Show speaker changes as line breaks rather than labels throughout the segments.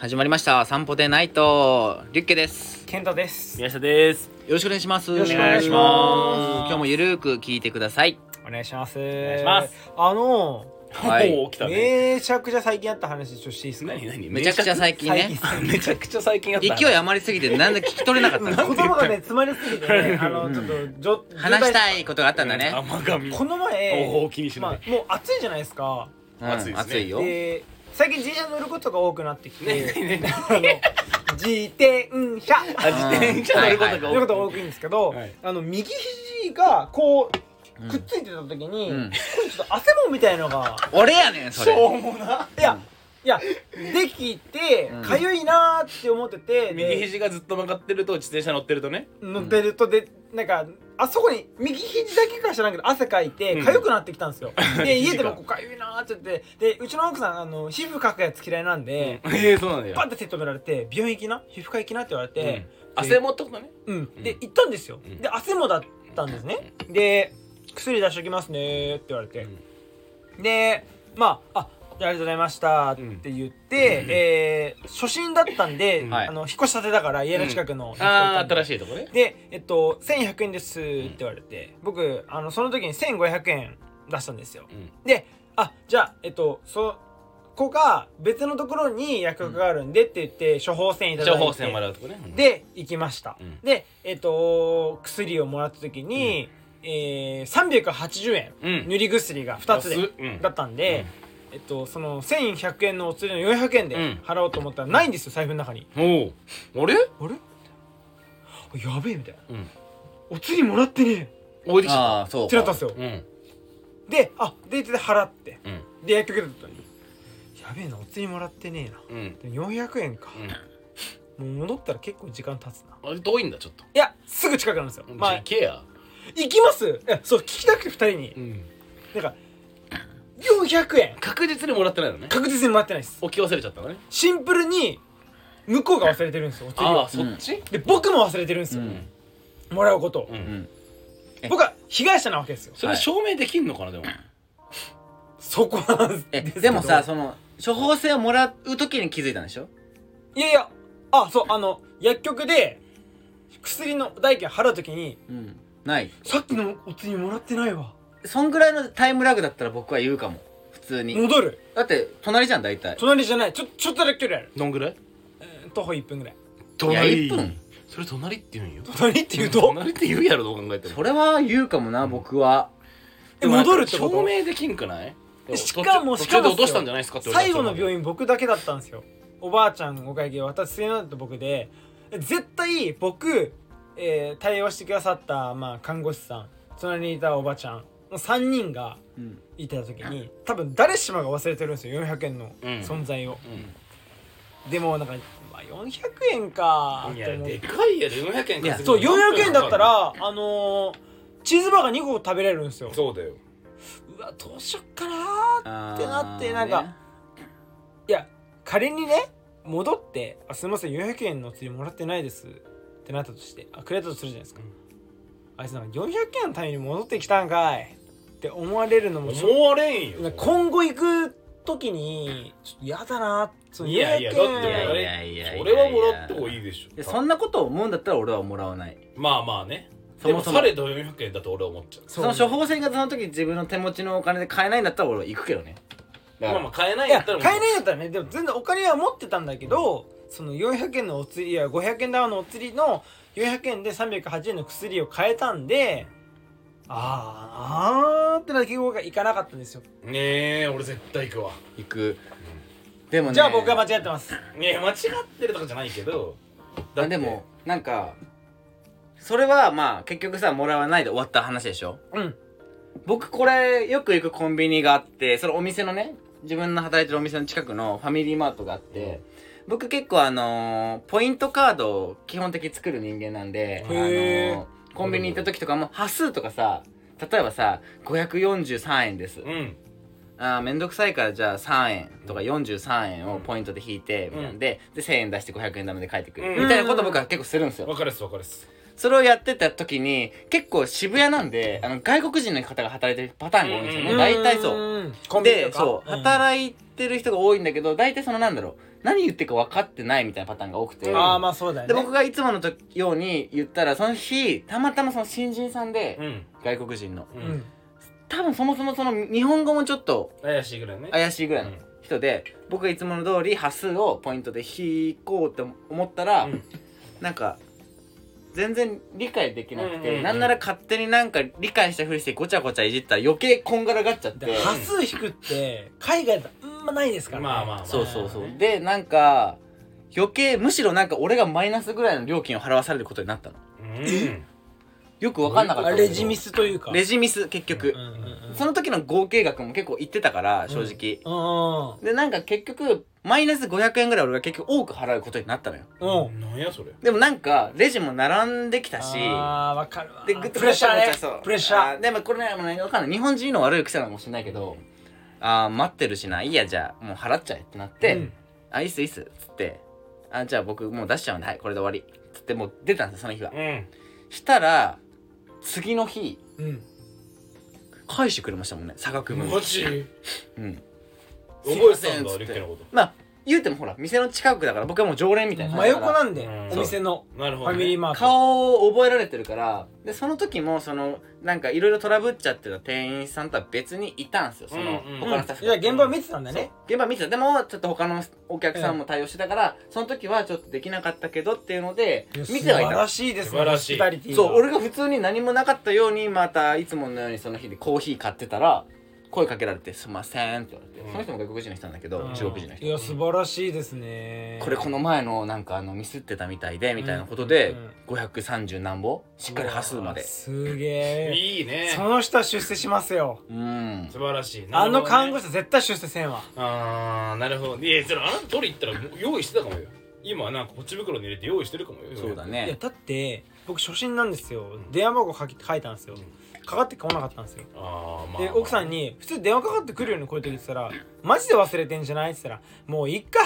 始まりました散歩でナイトリュッケです
健太です。
宮下です。
よろしくお願いします
よろしくお願いします
今日もゆるく聞いてください
お願いします。お
願
願
いします。
あの
はい
おー来たね。
めちゃくちゃ最近あった話ちょっとしていいですか。
何何
めちゃくちゃ最近ね
近めちゃくちゃ最近やった。
勢い余りすぎてなんで聞き取れなか ったの
言葉がね詰まりすぎてね、あのちょっとじょ
話し
い。
たいことがあったんだね、
甘髪。
この
お
前
ー、気にし
ま
な
あ
い。
もう暑いじゃないですか。
うん
熱いですね
熱いよ、
で最近自転車乗ることが多くなってき
ね
て、
ねね
あの自転車。
あ自転車乗ることが
乗
多
る
い
ことが多くいんですけど
はい、
あの右肘がこう
うん
くっついてた時に、
うん
これちょっと汗もんみたいのが。
俺やねんそれ
うもな。
いや、いや、できて
うん、
かゆいなーって思ってて、で
右肘がずっと曲がってると自転車乗ってるとね。
のベルトで、なんか、あそこに、右肘だけか知らんけど、汗かいて、
うん
かゆくなってきたんです よ。で、家でも
肘
こう、かゆいなーって言って、で、うちの奥さん、あの、皮膚かくやつ嫌いなんで、
ええ、そうなんだよ
バッ。て手止められて、病院行きな皮膚科行きなって言われて、
汗もってことね。
うん。で
う、ん
行ったんですよ
うん。
で、汗もだったんですね。で、薬出しときますねーって言われて。でまああじゃあありがとうございましたって言って、えー初心だったんで、
うん
はい
あの引っ越したてだから家の近くの、
ああ、
ら
新
しい
しいとこね。
でえっと1100円ですって言われて、僕あのその時に1500円出したんですよ
うん
であじゃあえっとそこが別のところに薬局があるんでって言って処方箋いただ
情
いて
報線もらうとこね。うん、
で行きました、
うん
でえっと薬をもらった時に、えー、380円、
うん
塗り薬が2つで
安っうん
だったんで、えっとその1100円のお釣りの400円で
うん
払おうと思ったらないんですよ財布の中に、
おお。あれ？
あれあやべえみたいな
うん。
お釣りもらってねえ
おいでしょ。
ああそう
ってなったんですよ、
うん
であでで払って
うん
で薬局でったのにやべえなお釣りもらってねえな
うん
でも400円か、
う。
もう戻ったら結構時間経つなん
あれ遠いんだちょっと。
いやすぐ近くなんですよ、
じ
ま
ゃ
あ
あ行けや。
行きますえそう聞きたくて2人に、
うん。
なんか400円
確実にもらってないのね。
確実にもらってないです
置き忘れちゃったのね。
シンプルに向こうが忘れてるんですよお釣り
あ
を
あ、そっち？
で僕も忘れてるんです
う
よ、
ん
もらうことを、
う
う。
んんえ
僕は被害者なわけですよ
それ証明できんのかなでも。
そこなん
え
ですけど
でもさその処方箋をもらう時に気づいたんでしょ
いやいやあそうあの薬局で薬の代金払うときに
うんない
さっきのお釣りもらってないわ
そんぐらいのタイムラグだったら僕は言うかも普通に
戻る
だって隣じゃん大体
隣じゃないちょちょっとだけ距離ある、
どんぐらい？
えー徒歩1分ぐらい
いや一分
それ隣って言うんよ
隣って言うと
隣って言うやろどう考えて も
それは言うかもな、僕は
え戻るってこ
証
と
明できんくない
えしかも
途
しか
中途中で
も
落としたんじゃないですかって
最後の病
院
院僕だけだったんですよおばあちゃんお会計私末永と僕で絶対僕、えー対応してくださった、まあ、看護師さん隣にいたおばちゃんの3人が
うん
いた時に多分誰しもが忘れてるんですよ400円の
うん
存在を、
う
でもなんか、まあ、400円か
んい
って
や
思っ
で
て
かいやで400円
いや
稼
そう
ぐの
400円だったらあのーチーズバーガー2個食べれるんですよ
そうだよ
うわどうしよっかなー
あー
ってなってなんか
ね
いや仮にね戻って「あすいません400円の釣りもらってないです」ってなったとしてあくれたとするじゃないですか、
うん
あいつなんか400円のために戻ってきたんかいって思われるのもしょ
思われんよ
なんか今後行く時にちょっと嫌だなその
いやいや
400
だっ
円
てもら
いやい
え
やいやいや
それはもらった方がいいでし
で
ょ
そんなことを思うんだったら俺はもらわない
まあまあね
そ
で
も
も
そも
されど400円だと俺は思っちゃう
その処方箋がその時自分の手持ちのお金で買えないんだったら俺は行くけどねだか
まあ
ら
まあ買えない
い
んや
や
った
買
ら
えないんだったらねでも全然お金は持ってたんだけどその400円のお釣りや500円玉のお釣りの400円で380円の薬を買えたんであーあーってなって結局いかなかったんですよ
ねえ俺絶対行くわ
行くでもね
じゃあ僕は間違ってます
ねえ間違ってるとかじゃないけどだっ
あ
て
でもなんかそれはまあ結局さもらわないで終わった話でしょ
うん
僕これよく行くコンビニがあってそのお店のね自分の働いてるお店の近くのファミリーマートがあって、僕結構あのーポイントカードを基本的に作る人間なんで、あの
へー
ーコンビニ行った時とかも端数とかさ例えばさ543円です、
うん
あーめんどくさいからじゃあ3円とか43円をポイントで引いてみたいなんで,、で1000円出して500円ダメで帰ってくる、
うん
みたいなこと僕は結構するんですよ、
分かるっす分かるっす
それをやってた時に結構渋谷なんであの外国人の方が働いてるパターンが多いんですよね、
うん
大体そう
うんコンビニと
で
か
そう、
ん
働いてる人が多いんだけど大体そのなんだろう何言ってるか分かってないみたいなパターンが多くて、
ああまあそうだよ
で
ね
僕がいつものとように言ったらその日たまたまその新人さんで、
うん
外国人の
う
う
んん
多分そもそもその日本語もちょっと
怪しいぐらいね
怪しいぐらいの人で、僕がいつもの通り端数をポイントで引こうって思ったら、
うん
なんか全然理解できなく
うん
て、
うんうん
なんなら勝手になんか理解したふりしてごちゃごちゃいじったら余計こんがらがっちゃって
で端数引くって海外だとあんまないですからね
まあまあまあ
そうそうそう
ね
でなんか余計むしろなんか俺がマイナスぐらいの料金を払わされることになったの
うん
よく分かんなかった
あ
んだけ
レ
ど
ジミスというか
レジミス結局、
うんうんうん
その時の合計額も結構いってたから正直、でなんか結局マイナス500円ぐらい俺が結局多く払うことになったのよ
うんうん
なんやそれ
でもなんかレジも並んできたし
ああわかるわ
でグッと
プレッシャー
ごちゃ
ね
ごちゃそう
プレッシャ
あ
ー
でもこれねもうね分かんない日本人の悪い癖なのかもしれないけどあー待ってるしないいやじゃあもう払っちゃえってなって、
うん
あいいっすいいっすっつってあじゃあ僕もう出しちゃうんではいこれで終わりっつってもう出たんですその日は
うん
したら次の日
うん
返してくれましたもんね差額分
マジ
うんす
覚えてたん
いませんっつって
だリッケのこと
まあ言うてもほら店の近くだから僕はもう常連みたいな
真横
だか
なんで
うん
お店の
なる
フ
ほど
ァミリー
ね
マ
ら
ート
顔を覚えられてるからでその時もそのなんかいろいろトラブっちゃってた店員さんとは別にいたんですよその
うんうん
他のスタッフ
い
が
や現場を見てたんだね
現場見てたでもちょっと他のお客さんも対応してたからその時はちょっとできなかったけどっていうので
いや
見てはいた
素晴らしいですね
素晴
ホ
らしい
スピタリティが
そう俺が普通に何もなかったようにまたいつものようにその日でコーヒー買ってたら声かけられて「すんません」って言われて、
うん
その人も外国人の人なんだけど、
うん
中国人の人
いや素晴らしいですね
これこの前のなんかあのミスってたみたいでみたいなことで530何本しっかり端数ま
うわ
です
げえ
いいね
その人は出世しますよ
うん
素晴らしい
あの看護
護
師絶対出世せんわ
あーなるほどいやそれあなた取り行ったらもう用意してたかもよ今はなんかポチ袋に入れて用意してるかもよ
そうだ
いや
ね
だって僕初心なんですよ
ん
電話番号書き書いたんですよかかってこなかったんですよ
あーまあ
で奥さんに「普通電話かかってくるよねこういう時」って言ったら「マジで忘れてんじゃない?」って言ったら「もういっか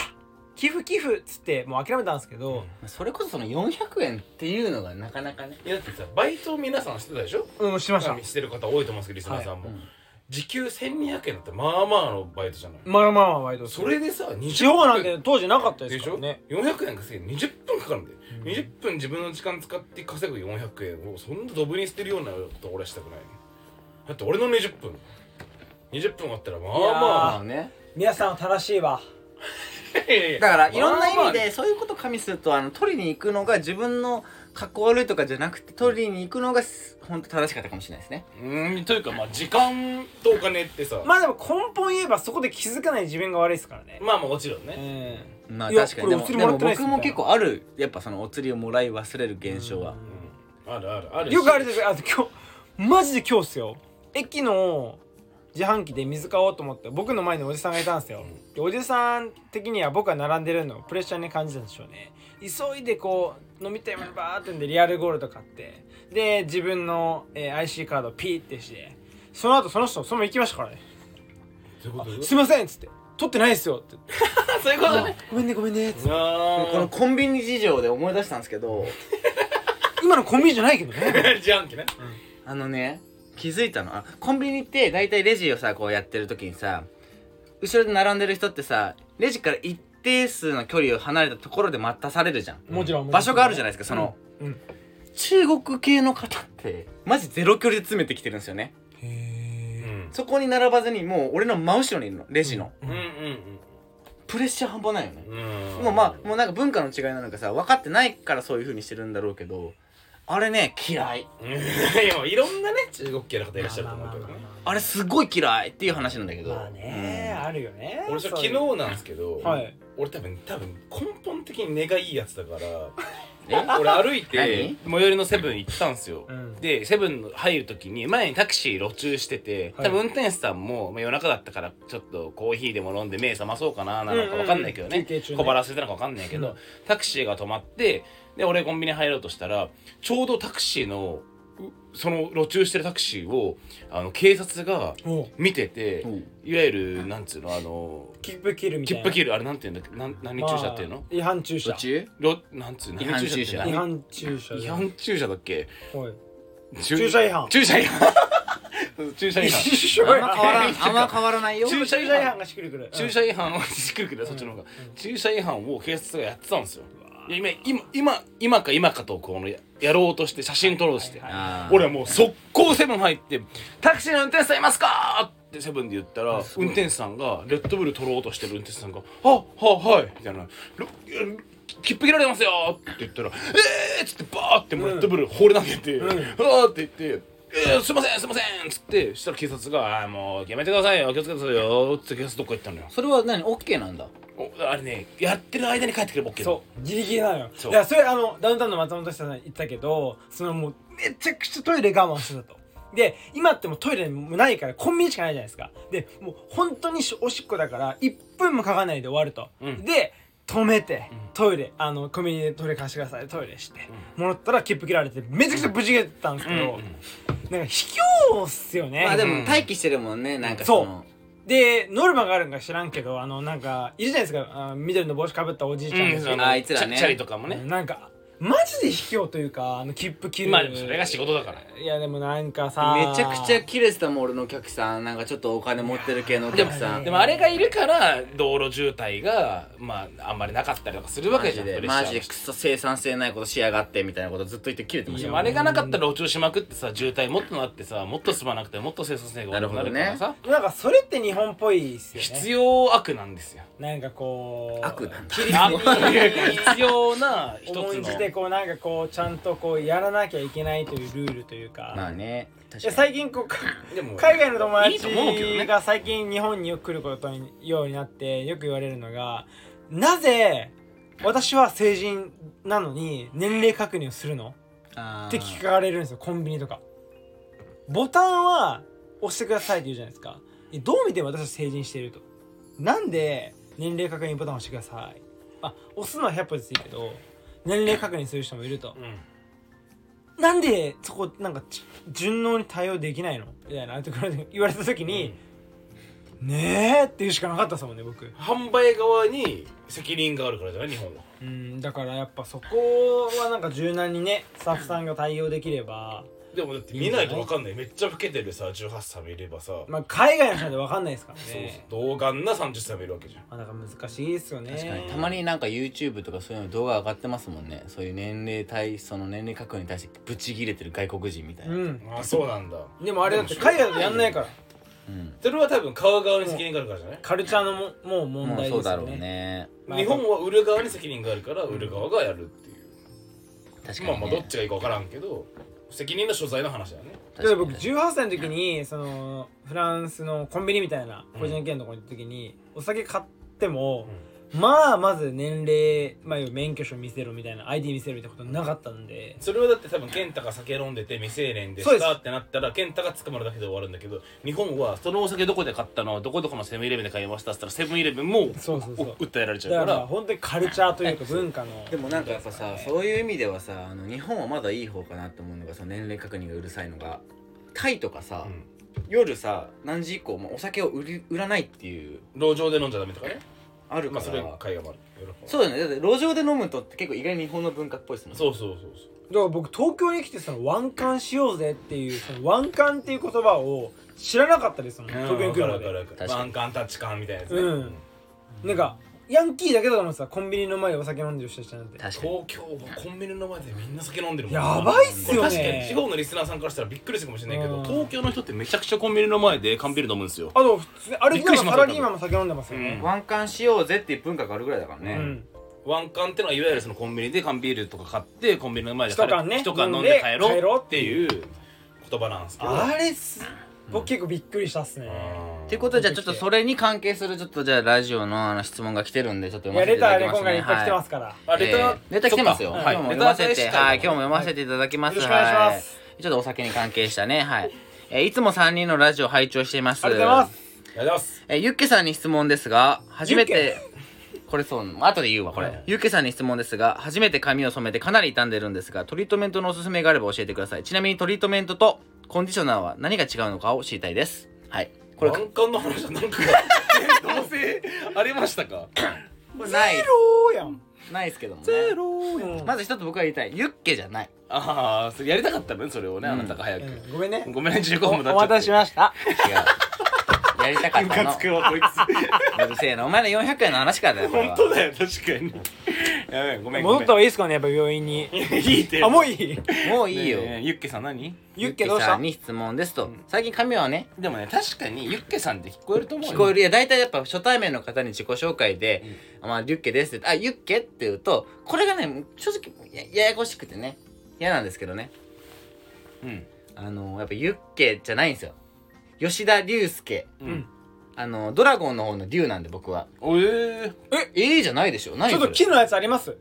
寄付寄付」っつってもう諦めたんですけど
それこそその400円っていうのがなかなかね
いやだってさバイトを皆さんしてたでしょ
うんしました
してる方多いと思うんですけどリスナーさんも、
はいうん
時給1200円だってまあまあのバイトじゃない、
まあまあまあバイト
それでさ20分
地方なんて当時なかったで
ですし
から
ょ、
ね
400円稼ぎ20分かかるんで、
うん
20分自分の時間使って稼ぐ400円をそんなドブに捨てるようなこと俺はしたくないだって俺の20分20分あったらまあ
ま
ま
あね
皆さんは正しいわ
あいやいや
だからいろんな意
まあま
味
あ
でそういうこと加味するとあの取りに行くのが自分の格好悪いとかじゃなくて取りに行くのが本当正しかったかもしれないですね
うーんというかまあ時間とお金ってさ、ま
まあでも根本言えばそこで気づかない自分が悪いですからね
あまあもちろん
う
ね、
ん
まあ
いや
確かにでも
これお釣り
で
もら
も
ってないっす
僕も結構あるやっぱそのお釣りをもらい忘れる現象は
うんあるあるあるし
よくあれですあの今日マジで今日っすよ駅の自販機で水買おうと思って僕の前におじさんがいたんですよでおじさん的には僕が並んでるのをプレッシャーに感じたんでしょうね急いでこう飲みたいものバーってんでリアルゴールド買ってで自分の、えー IC カードをピーってしてその後その人そのまま行きましたからね
どういうこと
「すいません」っつって「取ってないっすよ」って言って
あ そういうことね
「ごめんねごめんね」っつって
あ
このコンビニ事情で思い出したんですけど
今のコンビニじゃないけどね
の 自販機ね
あのね気づいたのあコンビニって大体レジをさこうやってる時にさ後ろで並んでる人ってさレジから一定数の距離を離れたところで待たされるじゃん
もちろん
場所があるじゃないですかその、
うんうん
中国系の方ってマジゼロ距離で詰めてきてるんですよね
う
へえ
ん
そこに並ばずにもう俺の真後ろにいるのレジの、
うんうん
プレッシャー半端ないよね、
うんうん
もうまあもうなんか文化の違いなのかさ分かってないからそういう風にしてるんだろうけどあれね嫌い
うん いやいろんなね中国系の方いらっしゃると思うけどね
あれすごい嫌いっていう話なんだけど
まあね、あるよね
俺それ
そう
昨
いう
日なんですけど、
はい
俺多分多分根本的に根がいいやつだから
うんえ
俺歩いて最寄りのセブン行ったんですよ、
うん
でセブンの入る時に前にタクシー路中してて
はい
多分運転手さんも、まあ、夜中だったからちょっとコーヒーでも飲んで目覚まそうかななのか分かんないけど
うんうん
ね
休憩中ね
小腹空いたのか分かんないけど、
うん
タクシーが止まってで俺コンビニ入ろうとしたらちょうどタクシーのうその路中してるタクシーをあの警察が
おう
見てて
うん
いわゆるなんつうのあの
切符切るみたい
切
な
符切るあれなんていうんだっけなん何駐車っていうの
ま、あ違反駐
途
車
中
ろなんつうの
違反
何
駐車
っ
違
ていうの
反駐車
違反駐車だっけ
はい
駐
駐車違反
駐車違反駐車違 反
一緒
あん
や
ま変 わらんあんま変わらないよ
駐車違
駐車違
反
反がしっくりくる
駐車違反をしっくるけどそっちの方が、
うん
駐車違反を警察がやってたんですよいや今今今今か今かとこのややろうとして写真撮ろうとして、
あー
俺はもう速攻セブン入って「タクシーの運転手さんいますか?」ってセブンで言ったら運転手さんがレッドブル取ろうとしてる運転手さんが「あははい」みたいな「ろ切符切られますよ!」って言ったら「えー!」っつってバーってもうレッドブル放り投げて「
ん
あー!」って言って。えー、すいませんすいませんっつってしたら警察が「あーもうやめてくださいよ気をつけてくださいよ」っつって警察どっか行ったのよ
それは何オッケーなんだ
おあれねやってる間に帰ってくれば OK
そうギリギリなのよ
そう
いやそれあのダウンタウンの松本さん言ってたけどそのもうめちゃくちゃトイレ我慢してたとで今ってもうトイレもないからコンビニしかないじゃないですかでもう本当にしおしっこだから1分もかかんないで終わると、
うん
で止めて
うん
トイレあのコンビニでトイレ貸してくださいトイレして、戻ったら切符切られてめちゃくちゃブチ切れてたんですけど、なんか卑怯っすよね、
まあで
う
も
ん
待機してるもんねなんか
そう
その
でノルマがあるんか知らんけどあのなんかいるじゃないですかあ緑の帽子かぶったおじいちゃん
う
た
ん
ち
その
あいつらね
チャチャリとかもね
なんかマジで卑怯というかあの切符切る
まあでもそれが仕事だから
いやでもなんかさ
めちゃくちゃ切れてたもん俺のお客さんなんかちょっとお金持ってる系のお客さん
で
でもあれがいるから道路渋滞がまああんまりなかったりとかするわ
マ
けじ
ジ
ゃんプ
で
レッシャー
マ
が
ジでクソ生産性ないことしやがってみたいなことずっと言って切れてまし
で
た
も
よ
あれがなかったら路中しまくってさ渋滞もっとなってさもっと進まなくてもっと清掃性が悪くなるから
な
さ、
なんかそれって日本っぽいっすよね
必要悪なんですよ
なんかこう
悪なんだ
切り
あ
口
必要な一つの
重んじてこうなんかこうちゃんとこうやらなきゃいけないというルールというか、
まあね確
いや
かに
最近こうか
でも
海外の友
いいと思うけど
達
ね
が最近日本に来ることにようになってよく言われるのがなぜ私は成人なのに年齢確認をするの
あ
って聞
ー
かれるんですよコンビニとかボタンは押してくださいって言うじゃないですかいやどう見ても私は成人しているとなんで年齢確認ボタンを押してくださいあ押すのは100歩ずついいけど年齢確認する人もいると
うん
なんでそこなんかち順応に対応できないのみたいなところで言われた時に、ねえって言うしかなかったですもんね僕
販売側に責任があるからじゃない日本は
うんだからやっぱそこはなんか柔軟にねスタッフさんが対応できれば
でもだって見ないと分かんないめっちゃ老けてるさ18歳もいればさ、
まあ海外の人で分かんないですからね
そうそう童顔な30歳もいるわけじゃん
まあ、だから難しいですよね
確かにたまになんか YouTube とかそういうの動画上がってますもんねそういう年齢対その年齢確認に対してブチギレてる外国人みたいな
うん
あそうなんだ
でもあれだって海外だとやんないから
うん
それは多分買う側に責任があるからじゃない
カルチャーのももう問
もう
題
そ
で
う
す
だ
よ
ろう
ね
ね
まあ
日本は売る側に責任があるから売る側がやるっていう、
確かに
まあ
ね
まあどっちがいいか分からんけど責任の所在の話だよね
だから僕
確かに
18歳の時にそのフランスのコンビニみたいな個人券のとこに行った時に、お酒買っても、まあまず年齢、まあ、要は免許証見せろみたいな ID 見せろみたいなことなかったんで
それはだって多分健太が酒飲んでて未成年で
そう
し
で
た
す
ってなったら健太が捕まるだけで終わるんだけど日本はそのお酒どこで買ったのどこどこのセブンイレブンで買いましたっつったらセブンイレブンも
そうそうそう
お訴えられち
だか
ゃうから
ら本当にカルチャーというか文化の
でもなんかやっぱさそういう意味ではさあの日本はまだいい方かなって思うのがその年齢確認がうるさいのがタイとかさ、
うん
夜さ何時以降もお酒を売り売らないっていう
路上で飲んじゃダメとかね
あるか
まあ
ら、
それは海外もあるヨーロッパは
そうだよねだって路上で飲むとって結構意外に日本の文化っぽいですもんね
そうそうそうそう
だから僕東京に来てそのワンカンしようぜっていうそのワンカンっていう言葉を知らなかったですもん、東京に来るまで
わかるわかる
確か
バ
に
ンカンタッチカンみたいなやつね、
うんなんかヤンキーだけだと思ってたコンビニの前でお酒飲んでる人たちなんて
確かに
東京はコンビニの前でみんな酒飲んでるもん
やばいっすよね
確かに地方のリスナーさんからしたらびっくりするかもしれないけど、
うん
東京の人ってめちゃくちゃコンビニの前で缶ビール飲むんですよ
あと普通に歩
び
き
っく
ながら
りしま
サ
す
ラリーマンも酒飲んでますよね
うん
ワンカンしようぜっていう文化があるぐらいだからね、
うん
ワンカンってのはいわゆるそのコンビニで缶ビールとか買ってコンビニの前で
一缶ね
一缶飲んで帰
飲んで帰ろ
ろ
うっ
うってて
い
いう言葉なんですけど
あれっす僕結構びっくりしたっすね
うん
っていうことでじゃあちょっとそれに関係するちょっとじゃあラジオのあの質問が来てるんでちょっと
い
読
や
ませて
レ
い
タ
ただきますね
ーね今回いっぱい来てますすから
あレター、
えーレター来てますよ。
そ
は
っ
い、
かはい
今日も読ま
レター
せ、
返してたい
はい、今日も読ませていただきます。
よろしくお願いします
はいちょっとお酒に関係したね、はい。えーいつも3人のラジオ拝聴しています。
ありがとうございます
ありがとうございます
えーゆっけさんに質問ですが、初めて、これそう、後で言うわ、これ。ゆっけさんに質問ですが、初めて髪を染めてかなり傷んでるんですが、トリートメントのおすすめがあれば教えてください。ちなみにトリートメントとコンディショナーは何が違うのかを知りたいです。はい。これ、
ワンカンの話はなんかどうせありましたか
これない。
ローやん
ないですけどもね
ゼロ
うん
まず一つ僕が言いたいユッケじゃない
ああそれやりたかったのねそれをね、
うん
あなたが早く、
うんごめんね
ごめんね15
お
分も経っちゃって
お待たせしました
違うやりたかっ
ム
た
カ
の
つくわこいつ
うるせえなお前の400円の話からだよこれ
本
は
当だよ確かに やべえごめんご
戻
め
っ
ん
た方がいいですかねやっぱ病院に
いやいいって
あもうい
い
い
もういいよ、
ユッケさん何
ユッケどうした
さんに質問ですと、最近髪はね
でもね確かにユッケさんって聞こえると思うよ
聞こえるいや大体やっぱ初対面の方に自己紹介で「まあ、リュッケです」って「あユッケ?」って言うとこれがね正直やややこしくてね嫌なんですけどね
うん
あのやっぱユッケじゃないんですよ吉田龍介
うん
あのドラゴンの方の龍なんで僕は
おえ
ええじゃないでしょ何
ちょっ
そ
と
れ
木のやつあります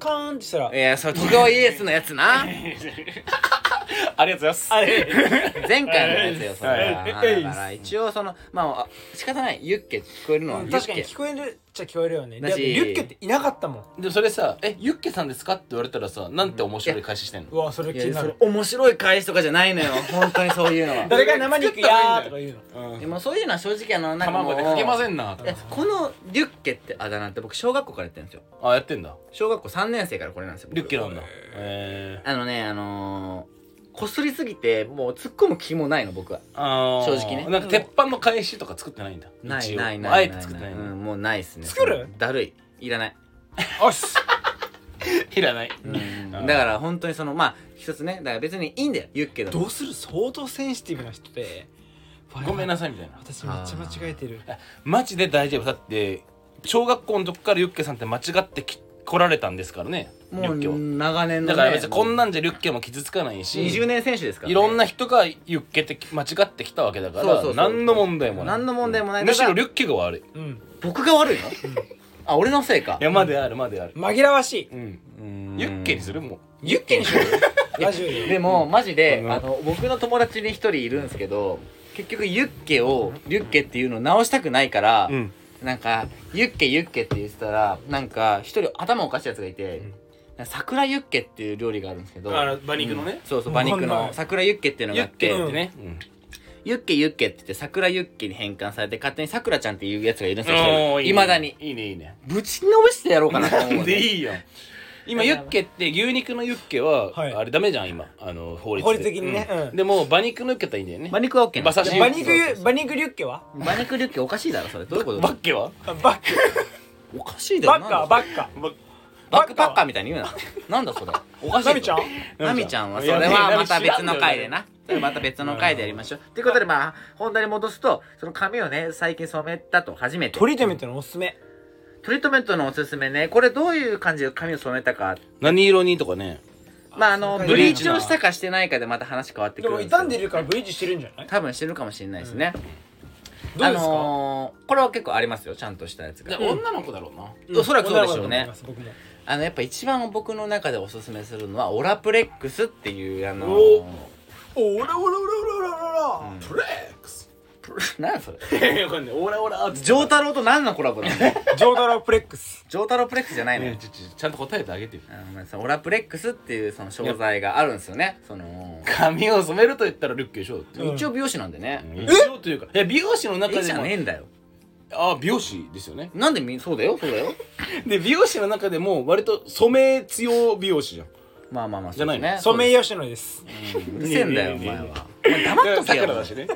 カーンってしたら
いやそれ徳川家康のやつな
ー、ありがとうございます
あれ
前回のやつよそれは
は
だ
い
から一応そのまああ仕方ないユッケって聞こえるのはユ
確か
ッ
に
ケ
聞こえるっちゃ聞こえるよね
だ
だ
し
ってリュッケっていなかったもん
でもそれさ「えユッケさんですか?」って言われたらさなんて面白い返ししてんの
うわそれ
い
気に
や
な
それ
る
面白い返しとかじゃないのよ本当にそういうのは
誰が生肉やーとか言うの
うん
でもそういうのは正直あのなんかも
卵
う
でかけませんな
えこのリュッケってあだ名って僕小学校からやってるんですよ
あやってんだ
小学校3年生からこれなんですよ僕
リュッケなんだえ
あのねあのー、こすりすぎてもう突っ込む気もないの僕は
ー、あー
正直ね
なんか鉄板の返しとか作ってないんだ
ない
一応
ないない
あ
ない
えて作ってない
うん
だ
んもうないっすね
作る
だるいいらない、
よ し
いらない
うん、だから本当にそのまあ一つねだから別にいいんだよユッケだと
どうする相当センシティブな人で
ごめんな
さい
さいみたいな
私めっちゃ間違えてる
マジで大丈夫だって小学校の時からユッケさんって間違ってき来られたんですからねリ
も
ュ
う
ッケは
長年の、ね、
だから別にこん
な
なんじゃリュッケも傷つかないし
20年選手ですから、
いろんな人がユッケって間違ってきたわけだ
そ
か
うそうそ
ら
う
何の問題もない
何の問題もない
むしろ
だから
リュッケが悪いい
うん
僕が悪いのあ俺のせいか
やまであるまである
紛らわしい
うん
うん
ユッケにするも
ユッケにしようよラジオで
でもマジで、
うん
あの僕の友達に一人いるんですけど結局ユッケをリュッケっていうのを直したくないから、
ん
なんかユッケユッケって言ってたらなんか一人頭おかしいやつがいて、桜ユッケっていう料理があるんですけど
あ馬肉のね
そうそう馬肉
わかんな
の
い
桜ユッケっていうの
ユ
があっ
ッケ
て、
ってね
ユッケユッケって言って桜ユッケに変換されて勝手に桜ちゃんっていうやつがいるんです
お
よ
ー
いまだに
いいねいいね
ぶちのめしてやろうかなと思う
な
ね
んでいいよ今ユッケって牛肉のユッケは
はい
あれダメじゃん今あの法律で
法律的にね
うん
うん
でも馬肉のユッケだったらいいんだよね
馬肉は OK な
馬
の
刺し
馬肉ユ馬肉リュッケは
馬肉リュッケおかしいだろそれどういうこと
バッケは
あバッ
おかしい
カ
だろ
バッカバッカ
バ
バ
ッ
ックパッカーみたいに言うな。 なんだそれ。おかしいぞ。
ナミちゃん
ナミちゃんはそれはまた別の回で
い
な。それまた別の回でやりましょう。ということでまあ本題に戻すとその髪をね最近染めたと初めて。
トリートメントのおすすめ
トリートメントのおすすめねこれどういう感じで髪を染めたか。
何色にとかね
まああの
そうか
ブリーチをしたかしてないかでまた話変わってく
で
るん
も
ですけど
傷んでるからブリーチしてるんじゃない
多分してるかもしれないですね。
どうです
あ
か
のーこれは結構ありますよちゃんとしたやつが。
女の子だろうな
おそらくそうでしょうね
女の子だと思います僕も
あのやっぱ一番僕の中でおすすめするのはオラプレックスっていうあのー
お
おらおらおらおらおらおら
プレックス
なんそれ。
わかんないオーラオラーって
ジョータロウと何のコラボな の
ジョーダラプレック ス
ジョータロウプレックスじゃないのよ
ね。ちょちょちゃんと答えてあげてよ
あのそのオラプレックスっていうその商材があるんですよね。その、
髪を染めると言ったらリュッケでしょだって
うん
一応美容師なんでね。
一応というかいや美容師の
え
中
じ
で
ゃ
も
ねえんだよ。
あ美容師ですよね
なんでみそうだよそうだよ。
で美容師の中でも割と染め強美容師じゃん
まあまあまあそ
じゃ
う
な
で
い
す
の
ね。
ソメイヨシノです
そうですうるせえんだよお
ねえねえ
前
ねえね
は。お前黙っとけよ。
桜だしね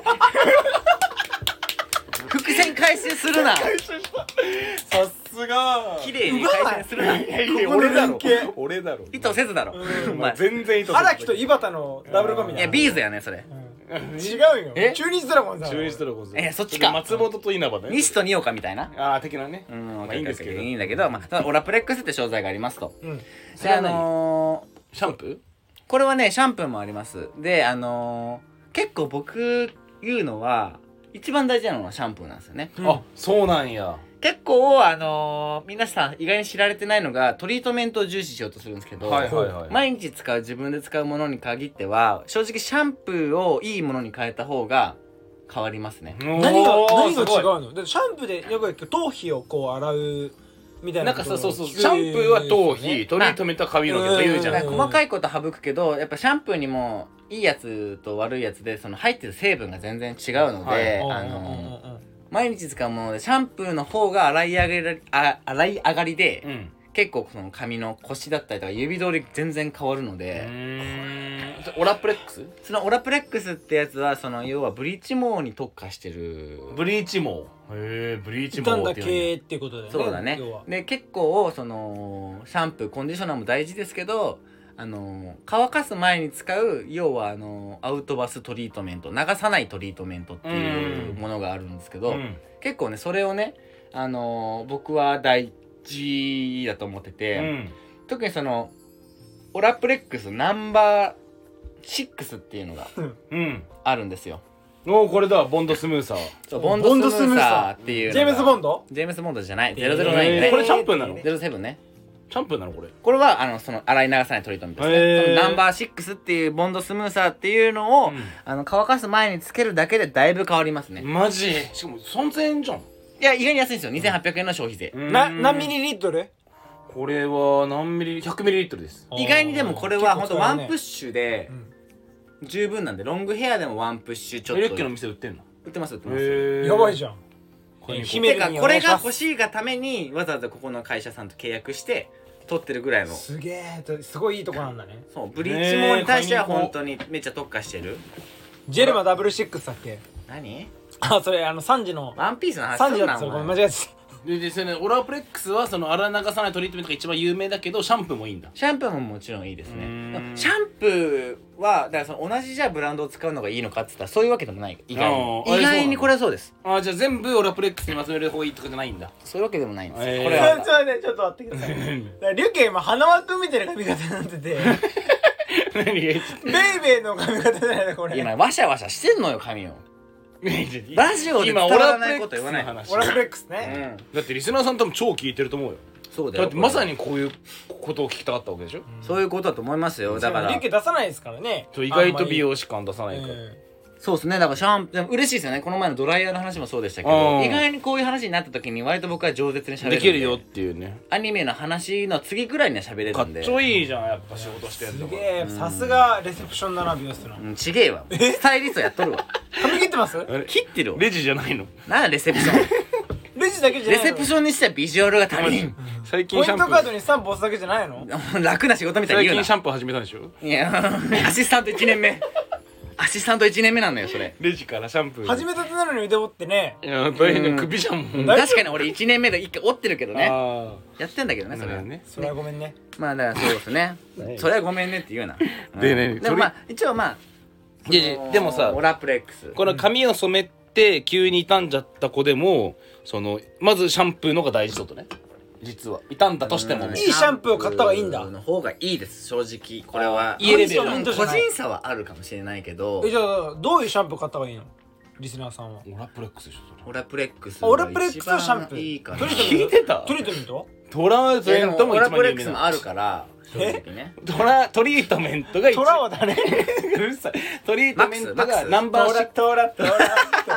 伏線回収するな。
さすが
綺麗に回収するな。
俺だ
ここの連
ろ
携
俺だろ
意図せずだろ。お前。
全然意図
荒木と井端のダブルコンビ
い
だ
やビーズやねそれ。
うん違うよ
え
中日ドラゴンズだろ
中日ドラゴンズ
えそっちか
松本と稲葉ね
西と二岡みたいな。
ああ的なね
うん、
まあいいんですけど
いいんだけど、まあただ、オラプレックスって商材がありますと。
うん
そ
で、あ
れは何
のー、
シャンプー
これはねシャンプーもありますであのー、結構僕言うのは一番大事なのはシャンプーなんですよね
うん
あそうなんや
結構あのー、皆さん意外に知られてないのがトリートメントを重視しようとするんですけど、
はいはいはい
毎日使う自分で使うものに限っては正直シャンプーをいいものに変えた方が変わりますね、
何
何が何が違うのだってシャンプーでよくやるけど頭皮をこう洗うみたい
な
なんこと
かさそうそう
聞く
シャンプーは頭
よ
皮
ね
トリートメントは髪の毛とか言うじ
だ
ゃ
か
ん
ら
うん
細かいこと省くけどやっぱシャンプーにもいいやつと悪いやつでその入ってる成分が全然違うので、
はい
あ
うんうん
の
う
ー
んうん
毎日使うものでシャンプーの方が洗い上げられあ洗い上がりで
うん
結構その髪の腰だったりとか指通り全然変わるので、
ーんオラプレックス
そのオラプレックスってやつはその要はブリーチ毛に特化してる
ブリーチ毛へえブリーチ
傷ん
毛
だ
ってい
系
う
ってことだよね
そうだね
要は
で結構そのシャンプーコンディショナーも大事ですけどあの乾かす前に使う要はあのアウトバストリートメント流さないトリートメントっていうものがあるんですけど、
のね
結構ねそれをねあの僕は大事だと思ってて、
うんうん
特にそのオラプレックスナンバー6っていうのが
うん
あるんですよ。
おーこれだボンドスムーサー
そう
ボ
ボ
ン
ン
ド
ドスムー
スムーサ
サーっていうの
ジェームズ・ボンド
ドジェームズ・ボンドじゃない009
えー
ね、
これシャンプーなの
ゼロ07ね
シャンプーなのこれ
これはあのその洗い流さないトリートメントですね、
へー
そのナンバー6っていうボンドスムーサーっていうのを、あの乾かす前につけるだけでだいぶ変わりますね、い
マジしかも3000円じゃん
や意外に安いんですよ2800円の消費税、
な何ミリリットル
これは何ミリ100ミリリットルです
意外にでもこれは本当ワンプッ
ュ
シュで十分なんでロングヘアでもワンプッシュちょっ
ミ
と
ルッキの店売ってんの
売ってます売ってます、
へ
やばい
ゃん
じゃん
これに
姫
てかこれが欲しいがためにわざわざここの会社さんと契約して取ってるぐらいの
すげえとすごいいいとこなんだね
そうブリーチ毛に対しては本当にめっちゃ特化してる
ジェルマダブルシックスだっけ
何
あそれあの3時の
ワンピースの話
3時
すん
だっ
な
たそれ
お
ごめん
前
間違えてた
ででそれねオラプレックスはその洗い流さないトリートメントが一番有名だけどシャンプーもいいんだ
シャンプーももちろんいいです
うー
ね
ん
シャンプーはだからその同じじゃあブランドを使うのがいいのかって言ったらそういうわけでもない意外
あ
に
ー
意外にこれはそうです
あーじゃあ全部オラプレックスにまとめる方がいいとかじゃないんだ
そういうわけでもないんですよ、
えー
これは
ょっとねちょっと待ってくださいだからリュウケイ今花輪君みたいな髪型になってて
何が言っちゃっ
ベイベーの髪型じゃないのこれ
今わしゃわしゃしてんのよ髪を
た
ラジオで伝わらないこと言わない
今オラプレックス
オ
の
ラ
話
フレックス
う
ね、
ん
だってリスナーさん多分超聞いてると思うよ
そうだよ
だってまさにこういうことを聞きたかったわけでしょ
そういうことだと思いますよだか
リュ
ら
ウケイ出さないですからね
そう意外と美
容
容師感出さないから、
そうですねだからシャンプーでも嬉しいですよねこの前のドライヤーの話もそうでしたけ
う
ど
ん
意外にこういう話になった時に割と僕は饒舌に喋れるんで
できるよっていうね
アニメの話の次ぐらいには喋れ
か
る
っ
んで
ちょいいじゃんやっぱ仕事してん
す
の
げ
が
えさすがレセプションだな美容室の
うんちげえわスタイリストやっとる わ
髪切ってます
え
切ってるわ
レジじゃないの
なあレセプション
レジだけじゃ
レ
ないの
セプションにしてはビジュアルが足り ん
最近
ポイン
シャ
ト
ン
カ
プ
ード
ー
にスタンプ押すだけじゃないの
楽な仕事みたい
最
に言う
近シ
な
ャンプー始めたんでしょ
いやアシスタント1年目アシスタント1年目なのよそれ
レジからシャンプー
始めたてなのに腕折ってね
いや大変
うん
な首じゃんもん
大丈夫
確かに俺1年目で1回折ってるけどね
あ
やってんだけど
あ
ねそれは
ね
それはごめんね
まあだからそうですね
はい
それはごめんねって言うなうん
でね
でもまあ一応まあ
いやいやでもさ
オラプレックス
この髪を染めて急に傷んじゃった子でもそのまずシャンプーのが大事だとね実は傷んだとしても
うん
ね
いいシャンプーを買った方がいいんだ
の方がいいです正直これは
家レベル
コンディションメントじ
個
ゃない
人差はあるかもしれないけど
えじゃあどういうシャンプー買った方がいいのリスナーさんは
オラプレックスでしょそれ
オラプレックス
あオラプレックスのシャンプー
いいかな
トリートメン
聞いてた
トリートメント
トラー
いやで
トメント
も
も
オ
一
ラ
番
プレ
有
ック
名
ス
な
もあるから正直ね
トラトリートメントが一
トラは誰
うるさいトリートメント
マックスマッ
が
クス
ナンバーシック
トラトラトラ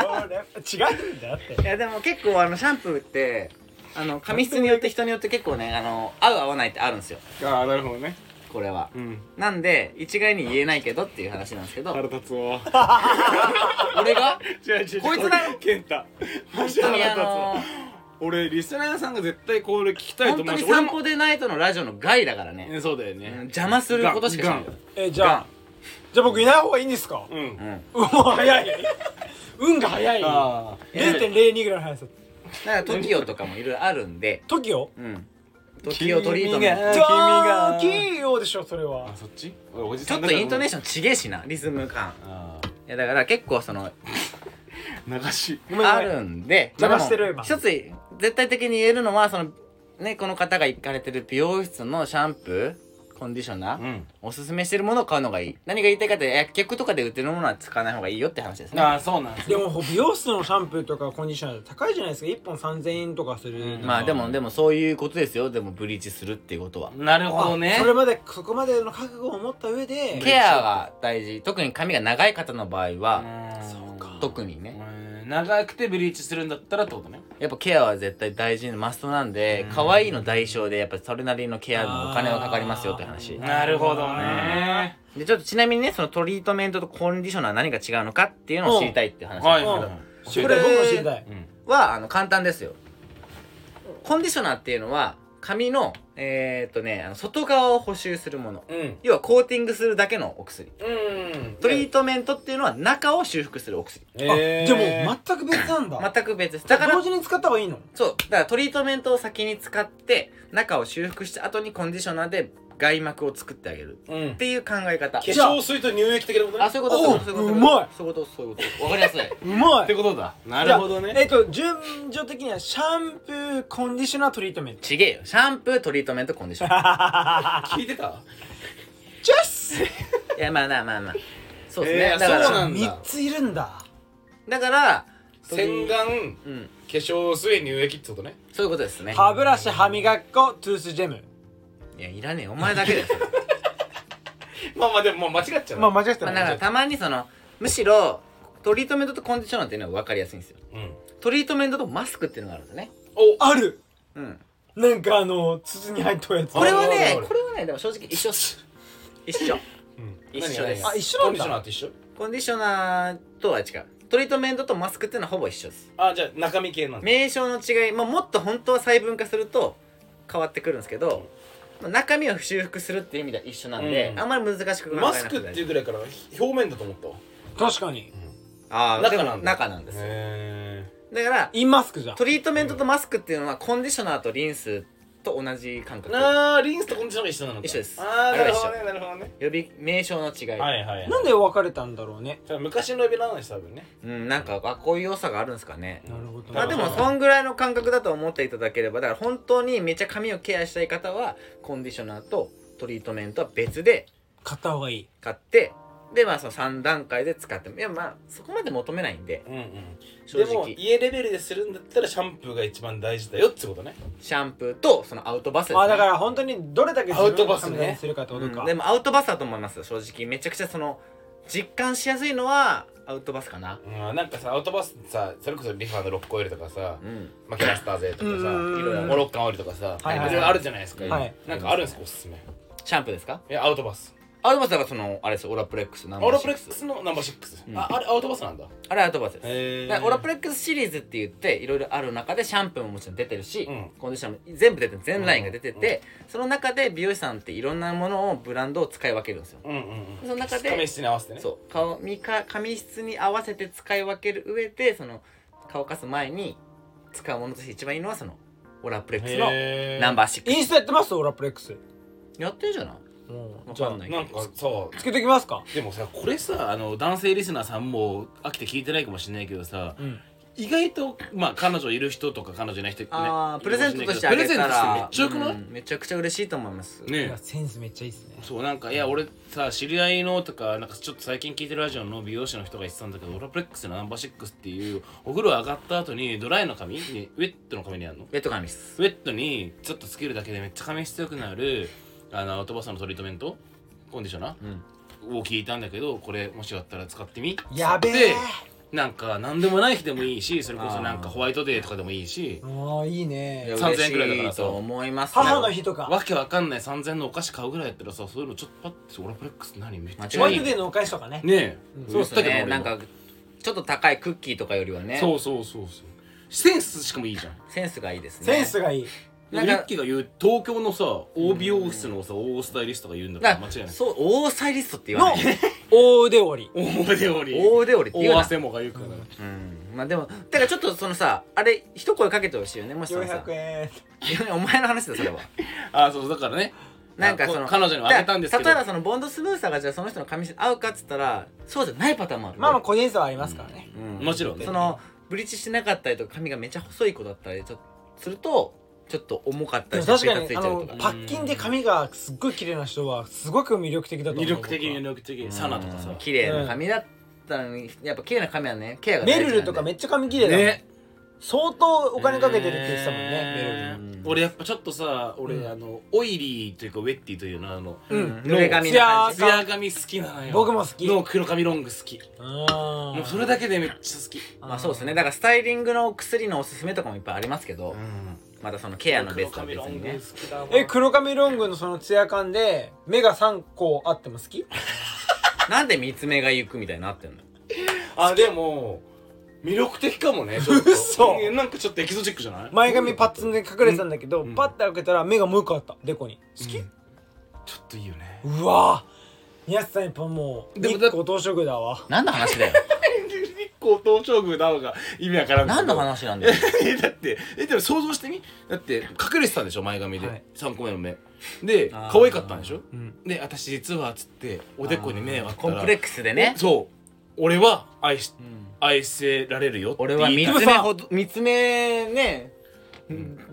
違うんだよだって
いやでも結構あのシャンプーってあの髪質によって人によって結構ねあの合う合わないってあるんですよ
スああなるほどね
これは
うん
なんで一概に言えないけどっていう話なんですけど
立つわ
俺が
違う違う違う
こいつだよ
健太マ
本当にあの
俺リスナーさんが絶対これ聞きた
本当に
し
散歩でナイトのラジオの害だから
俺
ね
もそうだよね
うん邪魔することしかしない
ガン
えじゃあじゃあ僕いない方がいいんですか
ガンうん
うん
うわ早い運が早い0.02
ああ
ぐらいの速さ
だから TOKIO とかもいろいろあるんで
TOKIO
うん TOKIO トリートメント
君が
TOKIO でしょそれは
あそっち俺おじ
ちょ
さ
っ
ん
とイントネー
シ
ションちげえしなリズム感
ョンあ
いやだから結構その
あ流し
ごめんご
あ
めん
るんで
邪魔
まあ
してる
でも
今
一つ絶対的に言えるのはそのねこの方が行かれてる美容室のシャンプーコンディショナー、
ん
おすすめしてるものを買うのがいい何が言いたいかって薬局とかで売ってるものは使わない方がいいよって話ですね
ああそうなんです
でも美容室のシャンプーとかコンディショナーって高いじゃないですか1本3000円とかする、
うん
まあでもでもそういうことですよでもブリーチするっていうことは
なるほどね
それまでそこまでの覚悟を持った上で
ケアが大事特に髪が長い方の場合は
そうか
特にね
長くてブリーチするんだったらってことね
やっぱケアは絶対大事なマストなんで可愛いの代償でやっぱそれなりのケアのお金はかかりますよって話
なるほどね
でちょっとちなみにねそのトリートメントとコンディショナー何が違うのかっていうのを知りたいっていう話
は
はいい、
はい
うん
はい
知り
こ
た
れ
い僕も知りたい
うん
あの簡単ですよコンディショナーっていうのは髪のえー、っとねあの外側を補修するもの
うん
要はコーティングするだけのお薬
うん
トリートメントっていうのは中を修復するお薬
あ
えー、
でも全く別なんだ
全く別ですだから
同時に使った方がいいの
そうだからトリートメントを先に使って中を修復した後にコンディショナーで外膜を作ってあげる
うん
っていう考え方
化粧水と乳液的なことね
あそういうことそういうことそういうこと
うまい
そういうことそういうことわかりやすい
うま
ってことだなるほど
え
ね
っと順序的にはシャンプーコンディショナートリートメント
ちげえよシャンプートリートメントコンディショ ナ
聞いてた
ジャス
ーいやまあまあまあまあそうですね、
えー
だか
そうな
ら
んだ
3ついるんだ
だから
洗顔
うん
化粧水乳液ってことね
そういうことですね
歯ブラシ歯磨き粉トゥースジェム
いやいらねえよお前だけだ よそれ
まあまあでももう間違っちゃう
まあ間違って
ま
な
あ
い
だからたまにそのむしろトリートメントとコンディショナーっていうのは分かりやすいんですよ
うん
トリートメントとマスクっていうのがあるんですね
お
ある
うん
なんかあの筒に入ったやつ
これは
あるあ
ね
るある
これはねでも正直一緒っす一緒一緒です
あ一緒なんだ
コンディショナーって一緒
コンディショナーとは違うトリートメントとマスクっていうのはほぼ一緒です
あじゃあ中身系なんだ
名称の違い、まあ、もっと本当は細分化すると変わってくるんですけど、まあ中身を修復するっていう意味では一緒なんで、
うん
あんまり難しく考えな
マ
くて
スクっていう
う
ぐらいから表面だと思ったわ
確かに
ああ
中
中
な
なんん
だ
中なんですよ
へ
だから
インマスクじゃん
トリートメントとマスクっていうのはコンディショナーとリンスと同じ感覚予
なあリンスとコンディショナーが一緒なのか
一緒です
ああなるほど
あ
ねなるほどね
備名称の違い、
はいはい
なんで分かれたんだろうね
で昔の呼び名なんです多分ね
うんなんかあこういう良さがあるんですかね
なるほど
まあでもそんぐらいの感覚だと思っていただければだから本当にめちゃ髪をケアしたい方はコンディショナーとトリートメントは別で
買った方がいい
買ってでまあその3段階で使ってもいやまあそこまで求めないんで
うんうん
正
でも
直
家レベルでするんだったらシャンプーが一番大事だよってことね
シャンプーとそのアウトバスです、ね、
あだから本当にどれだけ
アウトバスね
自分のためにするかってこ
う
と
ん
か
でもアウトバスだと思いますよ正直めちゃくちゃその実感しやすいのはアウトバスかな
うんなんかさアウトバスさそれこそリファのロックオイルとかさ
うん
マキラスターゼとかさ
う
い
んうんうん
ろいろモロッカンオイルとかさ
はい
はいはい
いろいろあるじゃないですか
はい
なんかあるんですかおすすめ
シャンプーですか
えアウトバス
アウトバスだからそのあれですよオラプレックスナンバ
オ
ー
ラプレッ
シ
ク
ックス
スのナンバーシックス
うん
ああれアウトバスなんだ
あれアウトバスです
へ
だからオラプ
レ
レックスシリーズって言っていろいろある中でシャンプーももちろん出てるし、
うん
コンディションも全部出てる全ラインが出てて、その中で美容師さんっていろんなものをブランドを使い分けるんですよ、
うんうんうん
その中で
試しに合わせてね
そう顔みか髪質に合わせて使い分ける上でその乾かす前に使うものとして一番いいのはそのオラプレックスの
へー
ナンバーシック
インスタやってますオラプレックス
スやってるじゃない
うん
わ
じゃ
か
あ
んないけ
な
ど
んかさ
つけてきますか
でもさこれさあの男性リスナーさんも飽きて聞いてないかもしれないけどさ
うん
意外とまあ彼女いる人とか彼女いない人ね
あープレゼントとしてあげたら
プレゼントとしてめっちゃよくない、
うんめちゃくちゃ嬉しいと思います、
い
ね
やセンスめっちゃいいっすね
そうなんかいや俺さ知り合いのとかなんかちょっと最近聞いてるラジオの美容師の人が言ってたんだけどオラプレックスのナンバーシックスっていうお風呂上がった後にドライの髪にウェットの髪にやるの
ベッドカミス
ウェットにちょっとつけるだけでめっちゃ髪質良くなるあのアウトバスのトリートメントコンディショナ
うん
ーを聞いたんだけどこれもしよかったら使ってみ
やべ
で
え
なんか何でもない日でもいいしそれこそなんかホワイトデーとかでもいいし
ああい
い
い
や
ね
3000円くらいだから
嬉しと思います
母の日とか
わけわかんない3000円のお菓子買うぐらいやったらさそういうのちょっとパッてオラプレックス何めっち
ホ
ゃ
ワ
いい
イト
ね
デーのお返しとかね
え
うん
そうっす
言ったけ
ね
ど
なん
俺
かちょっと高いクッキーとかよりはね
そうそうそうそうセンスしかもいいじゃん
センスがいいですね
センスがいい
リ
なんか
ッキーが言う東京のさ大美容室のさ大スタイリストが言うんだから
だ
間違いない
そう大サイリストって言わ
の
ない
大腕折り
大手折り
大腕折りって言う
大
な
汗もがゆくなる
うんまあでもだからちょっとそのさあれ一声かけてほしいよねもしそのさ
400円
いやお前の話だそれは
あそうだからね
なんかそ
あ
の
こ彼女にはあげたん ですけど
だから例えばそのボンドスムーサーがじゃあその人の髪質合うかっつったらそうじゃないパターンもある
まあまあ個人差はありますからね
うん
もちろんね
そのブリッジしてなかったりとか髪がめちゃ細い子だったりちょっとするとちょっと重かった
で
り
も
して
確か
ベタつ
に
いち
あ
ゃう
の
とか
パッキンで髪がすっごい綺麗な人はすごく魅力的だと思う
魅力的
僕
に
は
魅力的サナとかさ
うん綺麗な髪だったのにやっぱ綺麗な髪はねケアが大
メ
事なん
ル
で
ルとかめっちゃ髪綺麗だもん
ね
相当お金かけてるって言ってたもんね、
えー
メルル
ルル
俺やっぱちょっとさ俺、
うん
あのオイリーというかウェッティというのあの
うん
うん濡れ髪の感じ
ツヤ髪好きなのよ
僕も好き
の黒髪ロング好き
も
もうそれだけでめっちゃ好き
まあそうですねだからスタイリングの薬のおすすめとかもいっぱいありますけど、またそのケアのベ
黒
ストは
髪
別
ロン
に
グ
ね
好きだわ
え黒髪ロングのそのツヤ感で目が3個あっても好き
なんで三つ目が行くみたいになってんの
あでも魅力的かもねちょっと
嘘
えなんかちょっとエキゾチックじゃない
前髪パッツンで隠れてたんだけど、
ん
パッて開けたら目がもう一個あったデコに好き、う
ちょっといいよ ね
わぁ宮下さんやっぱもう
でも
日
だ
光東照宮だわ
何の話だよ
日光東照宮だ方が意味わからんけど
何の話なんだよ
えだってえでも想像してみだって隠れてたんでしょ前髪で、
はい
3個目の目で
あー
可愛かったんでしょ
うん
で私実はつっておでこに目をあった
コ
ら
ンプレックスでね
そう俺は愛し愛せられるよって
俺は
言い
三
たい
つ目ほど三つ目ね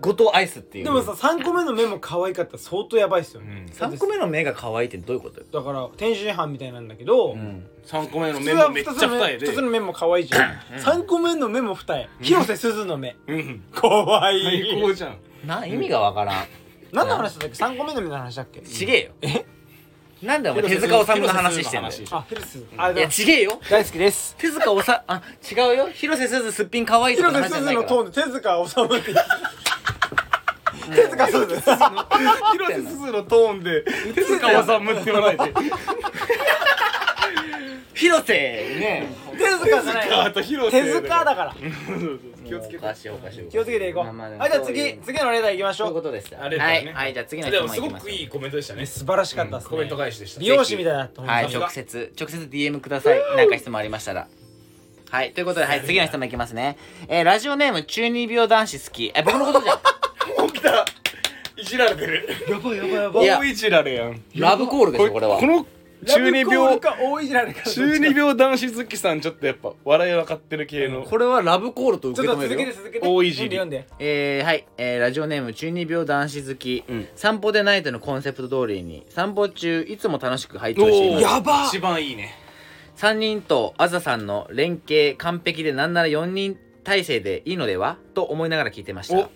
後藤アイスっていう
でもさ3個目の目も可愛かったら相当やばいっすよ
う
ね、
ん、
3個目の目が可愛いってどういうことよ、
だから天津飯みたいなんだけど、
うん、
3個目の
普
目
通
も
は
めっちゃ
2つの
二
目
重で
一つの目も可愛いじゃん3個目の目も二重広瀬すずの目
うん
可愛
最高じゃん
な意味がわからん
何の話だったっけ3個目の目の話だっけ
ちげえよえなんだよお前手塚治虫の話してんだよ
広瀬すずの話でしょ
あ広瀬すずあ
いやちげえよ
大好きです
手塚治あ違うよ広瀬すずすっぴん可愛いとか
広
の
瀬
話じゃ
すず
ない
の
から
トーンで手塚治虫って言う手塚すず
広瀬すずのトーンで手塚治虫って言わないで
広瀬ね
手塚じゃない
あと広瀬
手塚だから
気をつけ
お
て
かしいおかしい
気をつけていこう
まあまあでも
はいじゃあ
そう
次
いう
次のレターいきまし
そういう
ょ
こ
う
とでした
ありがと
は
う
い
ね
はいじゃあ次の
で
人
も
もい
す
き
ご
ます
くいいコメントでしたね
素晴らしかったっすね
コメント返しでした
美容師みたいだった
はい
さす
直
が
接直接 DM くださいなんか質問ありましたらはいということではい次の人もいきますねえーラジオネーム中二病男子好きえ僕のことじゃん
もう来たいじられてる
やばいやばいや
いや
大いじられやん
ラブコールですよこれは
この中二病
か多いじゃないか
中二病男子好きさんちょっとやっぱ笑い分かってる系の
これはラブコールと
ち
受
ょっ
け
と
止める
続け
よ
て続けて
大いじ
読ん
り
で読んで
えー、はい、えー、ラジオネーム中二病男子好き、
うん
散歩でナイトのコンセプト通りに散歩中いつも楽しく拝聴してい
お
ま
ーや
す
ば
一番いいね
3人とあざさんの連携完璧でなんなら4人体制でいいのではと思いながら聞いてました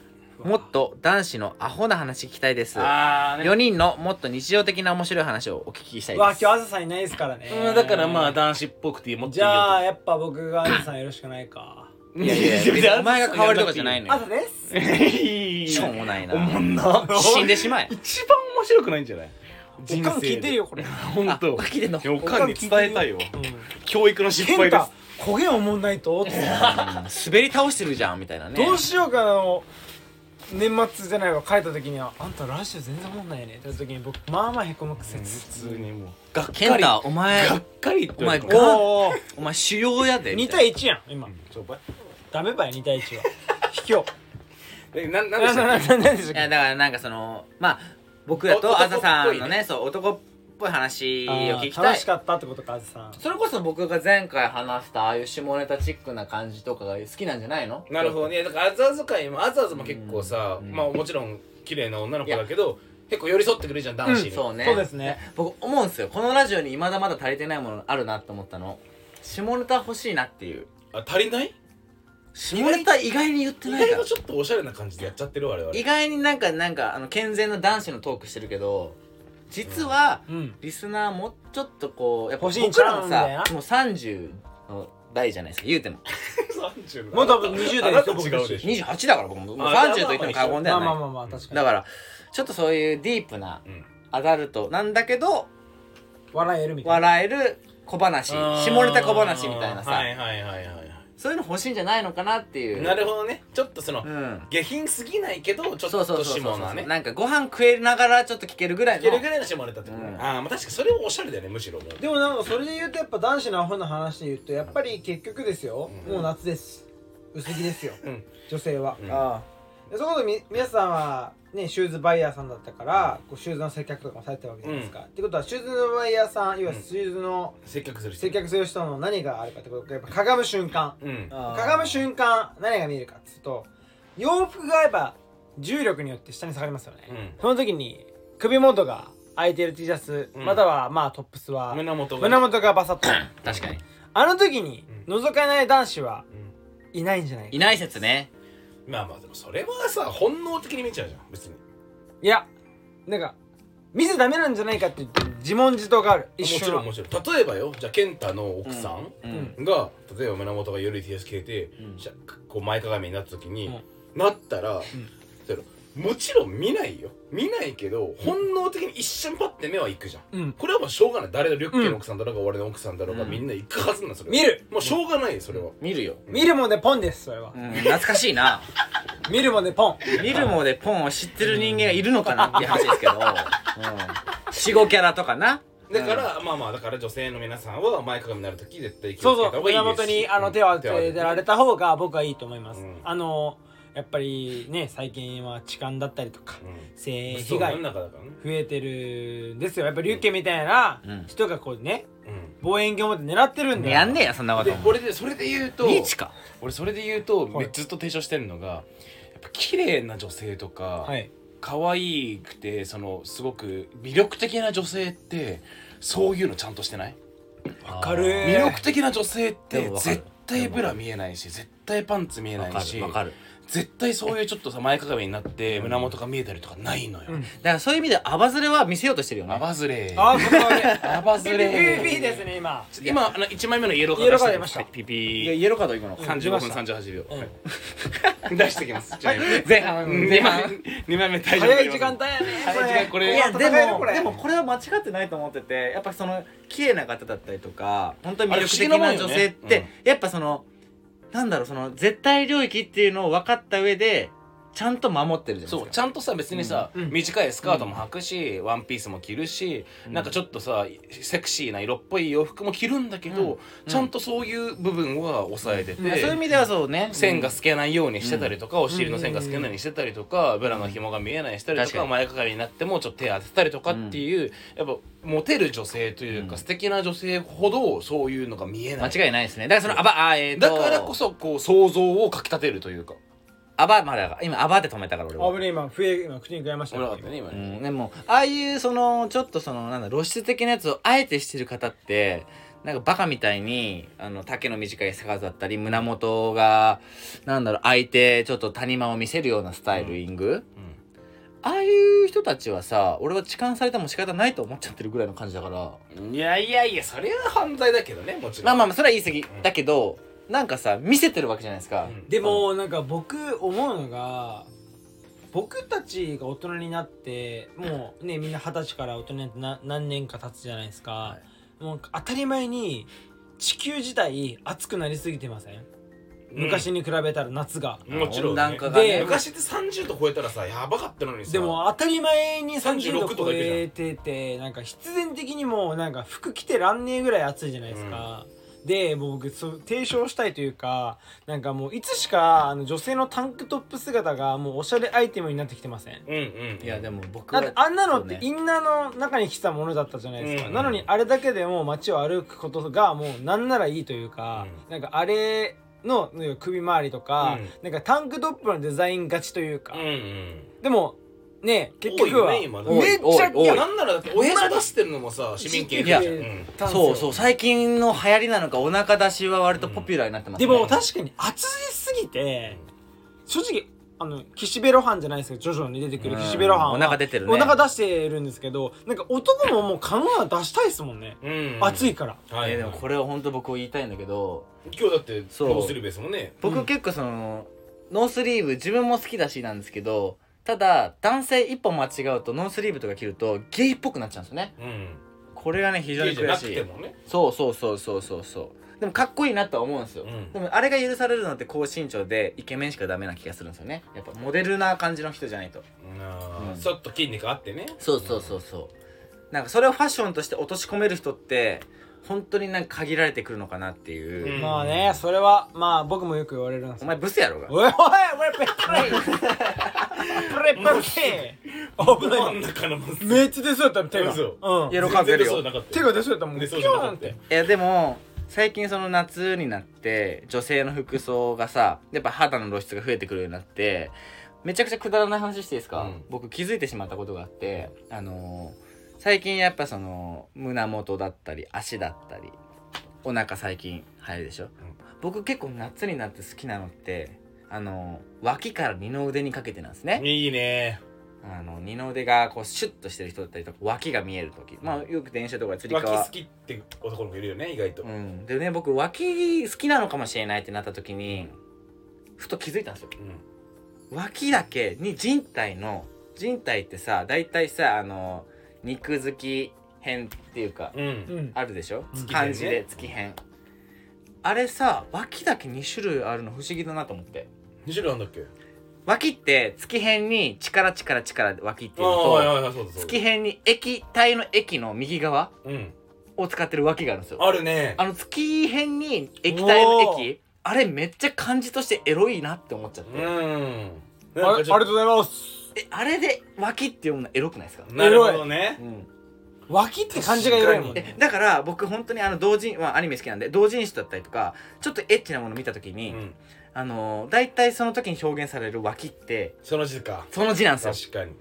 もっと男子のアホな話聞きたいです
ああ
4人のもっと日常的な面白い話をお聞きしたい
わ
です
今日あずさんいないですからね
だからまあ男子っぽくてもっとい
じ
いよ
ゃあやっぱ僕があずさんよろしくないか
と
いやいや別にお前が変わるとかじゃないの
あ
よ
ずです
し
し
ょうもないな
おもんな
死んでしまえ
一番面白くないんじゃない
おかん聞いてる
よ
よこれ
本当
あおかん聞いてんの
いやおかんに伝えたいよ
うん
教育の失
健
敗です
太焦げおもんないとって
滑り倒してるじゃんみたいなね
どうしようかなあの年末じゃないわ帰った時には「あんた来週全然思んないね」って言った時に僕まあまあへこむくせ
普
つ
通にもうがっか
健
り
太お前
がっかりって言われても
お前
おお
お前主要やでみ
2
たい
対1やん今
ちょお前
ダメばい2対1は卑怯
えななんで
な
した
なな
っ
ななんでしょ
ないやだからなんかそのまあ僕だ
お
と
男
あ
っぽ
ざ
い
さんのねそう男っぽい話を聞きたい
楽しかったってことかあずさん
それこそ僕が前回話したああいう下ネタチックな感じとかが好きなんじゃないの
けなるほどねだからあざあざ界もあざあざも結構さ、
うん
まあもちろん綺麗な女の子だけど結構寄り添ってくれるじゃん男子に、
そうね
そうですね
僕思うんですよこのラジオにまだまだ足りてないものあるなと思ったの下ネタ欲しいなっていう
あ足りない
下ネタ意外に言って
意
ない
外
から
とちょっとおしゃれな感じでやっちゃってる我々
意外になんかなんかあの健全な男子のトークしてるけど実は、
うん
リスナーもうちょっとこうやっぱ
欲しいん
僕ら
ちゃう
も
んだよ
さ
な
もう30の代じゃないですか言うても
30
もう多分20代
あなた違うでしょ
28だから僕ももう
あじゃ
30と
あ
言っても過言で
ま
はな
あ
い
まあまあまあ確かに
だからちょっとそういうディープな
うん
アダルトなんだけど
笑えるみたいな
笑える小話下ネタ小話みたいなさ、
はいはいはいはいは
そういうの欲しいんじゃないのかなってい
いうなるほどねちょっとその、
うん
下品すぎないけどちょっ
そうそう
と
そうそう
下
そ
な
う、
ね
なんかご飯食えながらちょっと聞けるぐらい
い
の
けるぐらいの下ネタってことね、
うん
ああまあ確かにそれもおしゃれだよねむしろもう
でもなんかそれで言うとやっぱ男子のアホな話で言うとやっぱり結局ですよ、
うん
もう夏です薄着ですよ、
うん
女性は、
うん
あ
でそこでみ皆さんはねシューズバイヤーさんだったからこうシューズの接客とかもされてたわけじゃないですか、ってことはシューズのバイヤーさん要は
うん
シューズの
接客する人
接客する人の何があるかってことがやっぱかがむ瞬間
うん
あ
かがむ瞬間何が見えるかっつうと洋服が合えば重力によって下に下がりますよね、
うん
その時に首元が開いてる T シャツ、
うん
またはまあトップスは
胸元が
胸元がバサッと
確かに
あの時に
う
覗かない男子は
うん
いないんじゃないか
いない説ね
まあまあでもそれはさ本能的に見ちゃうじゃん別に
いやなんか見せダメなんじゃないかっていう自問自答がある一
もち
瞬
ろ
は
んもちろん例えばよじゃあ健太の奥さん
うん、
ん
が、例えば胸元が夜 TS 消えて、
うん
じゃこう前かがみになった時に、
うん
なったら、そしたらもちろん見ないよ見ないけど本能的に一瞬パッて目は行くじゃん
うん
これはもうしょうがない誰のリュッケの奥さんだろうが、俺の奥さんだろうが、
うん
みんな行くはずなんそれは
見る
もうしょうがないよそれは、
見るよ、
見るもんでポンですそれは
うん、懐かしいな
見るもんでポン
見るもでポンを知ってる人間がいるのかなっていう話ですけど、うん、45キャラとかな
だから、まあまあだから女性の皆さんは前かがみになる時絶対気
そ
を
う
つけ
そ
た
う
方がいい
胸
です
元
し
にあの手を当てられた方が僕はいいと思います、
うん
あのやっぱりね最近は痴漢だったりとか、
うん
性
そう
被
世
害
の中だからね
増えてるんですよやっぱりュッケみたいな
うん
人がこうね
うん
望遠鏡まで狙ってるんだよ
やんねえやそんなこ
で
と
俺でそれで言うと
リーチか
俺それで言うと、
はい
ずっと提唱してるのがやっぱ綺麗な女性とか、
はい
可愛くてそのすごく魅力的な女性ってそういうのちゃんとしてない、
わかる
え
魅力的な女性って
でもわかる
絶対ブラ見えないし絶対パンツ見えな
わか
いし
るわかる
絶対そういうちょっとさ前かがみになって胸元が見えたりとかないのよ。
うん
だからそういう意味でアバズレは見せようとしてるよ
ア
ね
バズレ
ああそこはね
アバズレ
PPP ですね今
今あの1枚目のイエローカー
イエローカー出ました
はいピピ
いやイエローカード行くの
三十五分三十八秒、
うん
はい出してきます。じゃあ
前半
二枚二枚目大丈夫。
早い時間帯やねこ
早い時間これ
れ
いやで
戦えるこ
も
れ
でもこれは間違ってないと思っててやっぱその綺麗な方だったりとか本当に魅力的な女性っ
あれ不思議なもんよ
て、
ね
やっぱそのなんだろうその絶対領域っていうのを分かった上でちゃんと守ってるじゃない
そ
で
う
す
ち
か。
ゃんとさ別にさ、
うん
短いスカートも履くし、ワンピースも着るし、
うん
なんかちょっとさセクシーな色っぽい洋服も着るんだけど、
うん
ちゃんとそういう部分は抑えてて、
いやそういう意味ではそうね。
線が
うん
透けないようにしてたりとか、お尻の線が透けないようにしてたりとか、ブラの紐が見えないようにしたりと
確
か
かに
前かがみになってもちょっと手当てたりとかっていう、やっぱモテる女性というか、
うん
素敵な女性ほどそういうのが見えない
間違いないですね。だからそのアバあえーと
だからこそこう想像をかきたてるというか
アバまだが今アバで止めたから俺
あぶ
は。
ね今笛今口に食らいました
危
ね
なかったね今
う
ね、
んでもああいうそのちょっとそのなんだ露出的なやつをあえてしてる方って。なんかバカみたいにあの丈の短いスカートだったり胸元がなんだろう開いてちょっと谷間を見せるようなスタイルイング、
うん
ああいう人たちはさ俺は痴漢されても仕方ないと思っちゃってるぐらいの感じだから
いやいやいやそれは犯罪だけどねもちろん
まあまあまあそれは言い過ぎ、だけどなんかさ見せてるわけじゃないですか、
うん
でもなんか僕思うのが僕たちが大人になってもうねみんな二十歳から大人になってな何年か経つじゃないですか、
は
もう当たり前に地球自体暑くなりすぎてません、
うん
昔に比べたら夏が、
もちろん、
温暖化
がね
で昔って30度超えたらさやばかったのにさ
でも当たり前に
36
30度
と
超
かいくじゃん
えててなんか必然的にもうなんか服着てらんねえぐらい暑いじゃないですか、でもう僕そう提唱したいというかなんかもういつしかあの女性のタンクトップ姿がもうおしゃれアイテムになってきてません
うんうん
いやでも僕
だっ
は
てあんなのっ
そう
て
ね
インナーの中に着てたものだったじゃないですか、
うん
なのにあれだけでも街を歩くことがもうなんならいいというか、なんかあれのなんか首周りとか、なんかタンクトップのデザイン勝ちというか、
うんうん
でもね結
多い
局
よ
は
ね今ね
多
めっちゃ
多い
いやなんならだっておへそ出してるのもさ市民権
いや
じゃんうん
そうそう
う
最近の流行りなのかお腹出しは割とポピュラーになってます、
で
ね
も確かに暑すぎて正直あの岸辺露伴じゃないですけど徐々に出てくる
うん
岸辺露伴は
お腹出てるね
お腹出してるんですけどなんか男ももう可能なら出したいですもんね
うん
暑いから
はいい
やでもこれは本当僕言いたいんだけど
今日だって
そう
どうするべですもんね
うん
僕結構その、ノースリーブ自分も好きだしなんですけどただ男性一歩間違うとノースリーブとか着るとゲイっぽくなっちゃうんですよね
うん
これがね非常
家
に
じゃ
悔
な
し
く
い
てもね
そうそうそうそうそうそうでもかっこいいなとは思うんですよ、
うん
でもあれが許されるのって高身長でイケメンしかダメな気がするんですよねやっぱモデルな感じの人じゃないと
あ
う
ー
ん
ちょっと筋肉あってね
そうそうそうそうなんかそれをファッションとして落とし込める人って本当になんか限られてくるのかなっていう、
うん
まあねそれはまあ僕もよく言われるんです
お
よ
前ブスやろが
おいおいおいプレプレプレプレ危な
真
い
ん中のまず
めっちゃ出そうだった手が
嘘
うん
イエローカード出る
そう
よ
なかった
手が出そうだったもん
出そうじゃなかっ
ピ
た
ョーン
よ
って
いやでも最近その夏になって女性の服装がさやっぱ肌の露出が増えてくるようになってめちゃくちゃくだらない話していいですか、
うん
僕気づいてしまったことがあってあのー最近やっぱその胸元だったり足だったりお腹最近入るでしょ、僕結構夏になって好きなのってあのー脇から二の腕にかけてなんですね、
いいね
あの二の腕がこうシュッとしてる人だったりとか脇が見える時まあよく電車とかつり
脇
革
好きって男の子いるよね意外と
うん、でね僕脇好きなのかもしれないってなった時にふと気づいたんですよ
うん
脇だけに人体の人体ってさ大体さあの肉付き編っていうか
うん
うん
あるでしょ
月編ね
漢字で月編あれさ脇だけ2種類あるの不思議だなと思って
2種類あんだっけ
脇って月編に力力力で脇っていうの
はい
と
はいはいそうだそうだ
月編に液体の液の右側
うん
を使ってる脇があるんですよ
あるね
あの月編に液体の液あれめっちゃ漢字としてエロいなって思っちゃって、
うん
あれあ
なんか
り
ちょ
が
っ
とうございます
えあれで脇って読むのエロくないですか
と、なるほどね
うん、
脇って感じがエロいもん
え
ね
だから僕本当にあの同人、まあ、アニメ好きなんで同人誌だったりとかちょっとエッチなもの見た時
う
に、
ん
あのー、大体その時に表現される脇って
その字か
その字なんですよ
確かに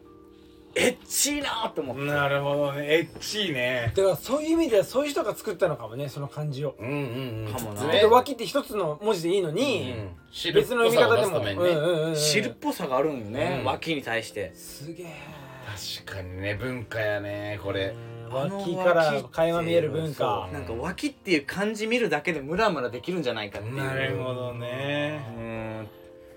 エッチーなーって思って
なるほどねエッチいね
だからそういう意味ではそういう人が作ったのかもねその漢字を
うんうんうん
かもな
だ
ね
って脇って一つの文字でいいのに
うん汁っ
別の
ぽ
読み
さを
方
出
ですもうん
ために
う
ね
んうんうん
汁っぽさがあるんよね、
うん
脇に対して
すげえ
確かにね文化やねこれ
脇から垣間見える文化
なんか脇っていう漢字見るだけでムラムラできるんじゃないかっていう
なるほど
う
ね
ーん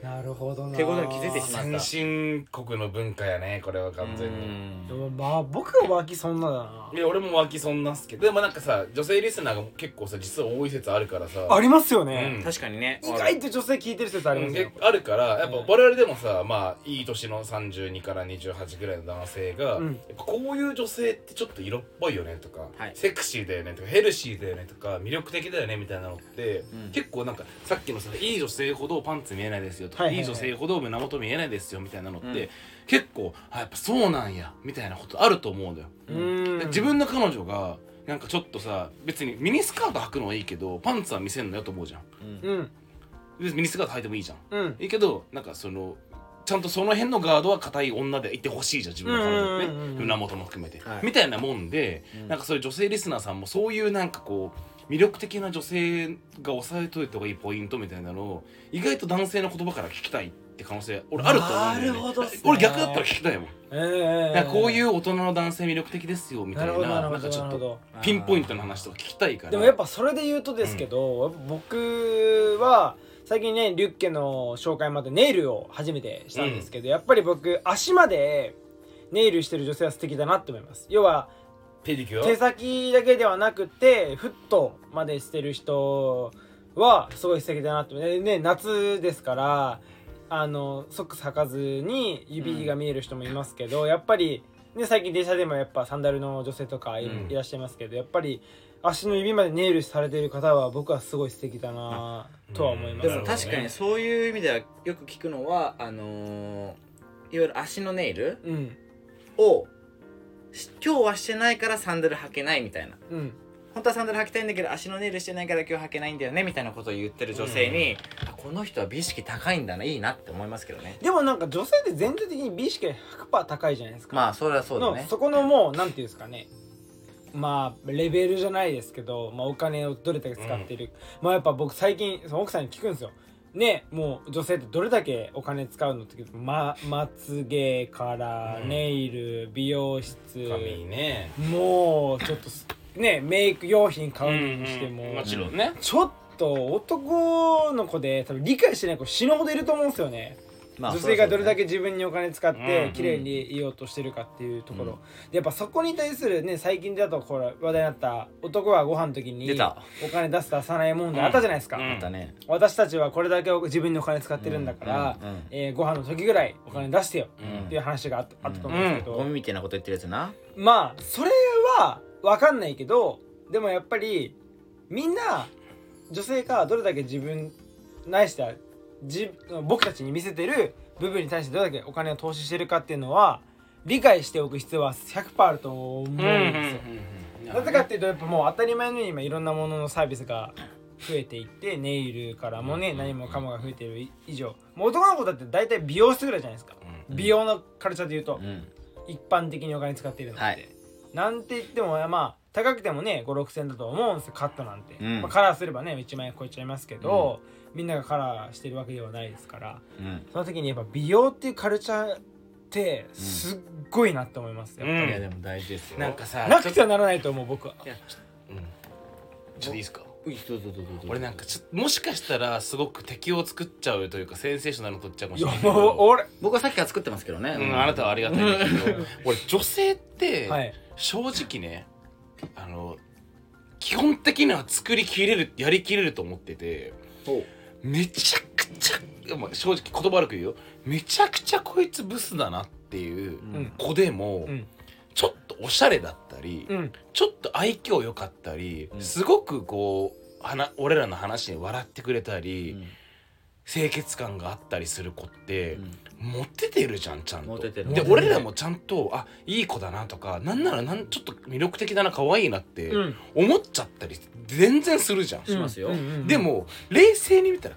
なるほどな
ってことに気づいてしまう
先進国の文化やねこれは完全に
でもまあ僕は脇そんなだない
や俺も脇そんなっすけどでもなんかさ女性リスナーが結構さ実は多い説あるからさ
ありますよ
う
ね
ん
確かにね
意外と女性聞いてる説あります
で
よ
あるからやっぱ我々でもさまあいい年の32から28ぐらいの男性が、
うん
やっぱこういう女性ってちょっと色っぽいよねとか、
はい
セクシーだよねとかヘルシーだよねとか魅力的だよねみたいなのって、
うん
結構なんかさっきのさいい女性ほどパンツ見えないですよと
は
か、
い
い
はいいはい
女性ほど胸元見えないですよみたいなのって、
うん
結構あやっぱそうなんやみたいなことあると思うんだよ。
うん
で自分の彼女がなんかちょっとさ別にミニスカート履くのはいいけどパンツは見せんのよと思うじゃん
うん
うん
別にミニスカート履いてもいいじゃん
うん
いいけどなんかそのちゃんとその辺のガードは硬い女でいてほしいじゃん自分の彼女
うんうんうん
ね
うん
胸元も含めて、
はい
みたいなもんで、
うん
なんかそういう女性リスナーさんもそういうなんかこう魅力的な女性が押さえといた方がいいポイントみたいなのを意外と男性の言葉から聞きたいって可能性俺あると思うんだよね
なるほどっすね
俺逆だったら聞きたいもん
ええ
なんかこういうう大人の男性魅力的ですよみた
ないる
な
ほどなるほ
なんか
ど
ちょ
な
っ
る
と
ほど
ピンポイントの話とか聞きたいから
でもやっぱそれで言うとですけど、やっぱ僕は最近ねリュッケの紹介までネイルを初めてしたんですけど、やっぱり僕足までネイルしてる女性は素敵だなって思います要は
ペディキュア
手先だけではなくてフットまでしてる人はすごい素敵だなって思いますねね夏ですからあのソックス履かずに指が見える人もいますけど、やっぱり、ね、最近電車でもやっぱサンダルの女性とかい,、
うん
らっしゃいますけどやっぱり足の指までネイルされてる方は僕はすごい素敵だなとは思いま、
です
なる
も
ほどね
確かにそういう意味ではよく聞くのはあのー、いわゆる足のネイル
うん
をし今日はしてないからサンダル履けないみたいな
うん
本当はサンダル履きたいんだけど足のネイルしてないから今日履けないんだよねみたいなことを言ってる女性に、あこの人は美意識高いんだないいなって思いますけどね
でもなんか女性って全体的に美意識が100%高いじゃないですか、
まあそれはそうだ
の
ね
そこのもうなんていうんですかねまあレベルじゃないですけど、まあ、お金をどれだけ使っている、まあやっぱ僕最近その奥さんに聞くんですよねもう女性ってどれだけお金使うのって聞くとままつげから
うん
ネイル、美容室
髪ね
もうちょっとすねメイク用品買うにしても、
うんうんもちろんね
ちょっと男の子で多分理解してない子死ぬほどいると思うんですよね
まあ
女性がどれだ
け
け自分にお金使っ
う
て
ん
綺麗にいようとしてるかっていうところ、
うん
でやっぱそこに対するね最近だとこれ話題になった男はご飯の時に
出た
お金出す出さない問題あったじゃないですか、
うんうん
だね
私たちはこれだけ自分にお金使ってるんだから、
うんうんうん
えーご飯の時ぐらいお金出してよ
うん
っていう話があった,、と思うんですけど、
ゴミみたいなこと言ってるやつな
まあそれは分かんないけどでもやっぱりみんな女性がどれだけ自分ないしてはじ僕たちに見せてる部分に対してどれだけお金を投資してるかっていうのは理解しておく必要は100%あると思うんですよ。なぜかっていうとやっぱもう当たり前のように今いろんなもののサービスが増えていってネイルからもね何もかもが増えてる以上もう男の子だって大体美容室ぐらいじゃないですか
う
美容のカルチャーでいうと
うん
一般的にお金使っているのって、
はい
なんて言ってもまあ高くてもね56000だと思うんですよカットなんて、
うん
まあ、カラーすればね1万円超えちゃいますけど、みんながカラーしてるわけではないですから
うん
その時にやっぱ美容っていうカルチャーってすっごいなって思いますよ、
うん
いやでも大事ですよ
なんかさ
なくてはならないと思う僕は
うんちょっといいですか
ういどうぞどうぞどうぞ
俺なんかちょっともしかしたらすごく敵を作っちゃうというかセンセーショナルなこと言っちゃうかも
い
しれ
や
ないけ
もう
ど
俺
僕はさっきから作ってますけどね、
うん、あなたはありがたいんだけ ど俺女性って
はい
正直ねあの基本的には作りきれるやりきれると思ってて
ほ
めちゃくちゃ、まあ、正直言葉悪く言うよめちゃくちゃこいつブスだなってい
う
う
うん
子でも、
うん
ちょっとおしゃれだったり、
うん
ちょっと愛嬌良かったり、
うん
すごくこうはな俺らの話に笑ってくれたり、清潔感があったりする子って、モテてるじゃんちゃんと
モテてる
で
モテてる
俺らもちゃんとあいい子だなとかなんならなんちょっと魅力的だな可愛いなって
うん
思っちゃったり全然するじゃん、
しますよ
うんうんうん
でも冷静に見たら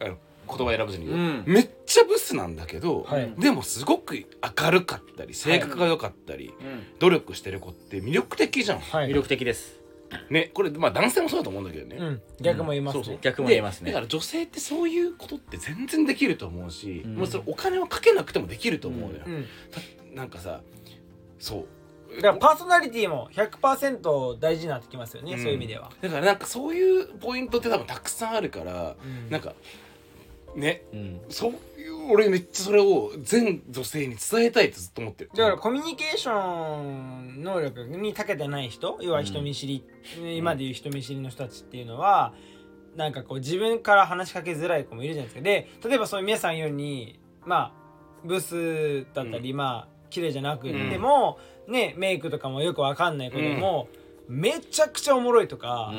あの言葉選ぶずに言う、
うん
めっちゃブスなんだけど、
はい
でもすごく明るかったり性格が良かったり、
うん
努力してる子って魅力的じゃん
はい
魅力的です
ねこれまあ男性もそうだと思うんだけどね、
うん逆も言います
うんそう
ね
そ
逆も言えます
でだか
ね
ら女性ってそういうことって全然できると思うし、
うん
もうそれお金はかけなくてもできると思うのよ、
うん
なんかさそう
だからパーソナリティも100%大事になってきますよね、
うん
そういう意味では、
だからなんかそういうポイントって多分たくさんあるから、なんかね
うん
そういう俺めっちゃそれを全女性に伝えたいってずっと思ってる
だからコミュニケーション能力に長けてない人要は人見知り、今でいう人見知りの人たちっていうのはなんかこう自分から話しかけづらい子もいるじゃないですかで例えばそういう皆さんようにまあブスだったり、まあ綺麗じゃなくても、ねメイクとかもよくわかんない子でも、めちゃくちゃおもろいとか、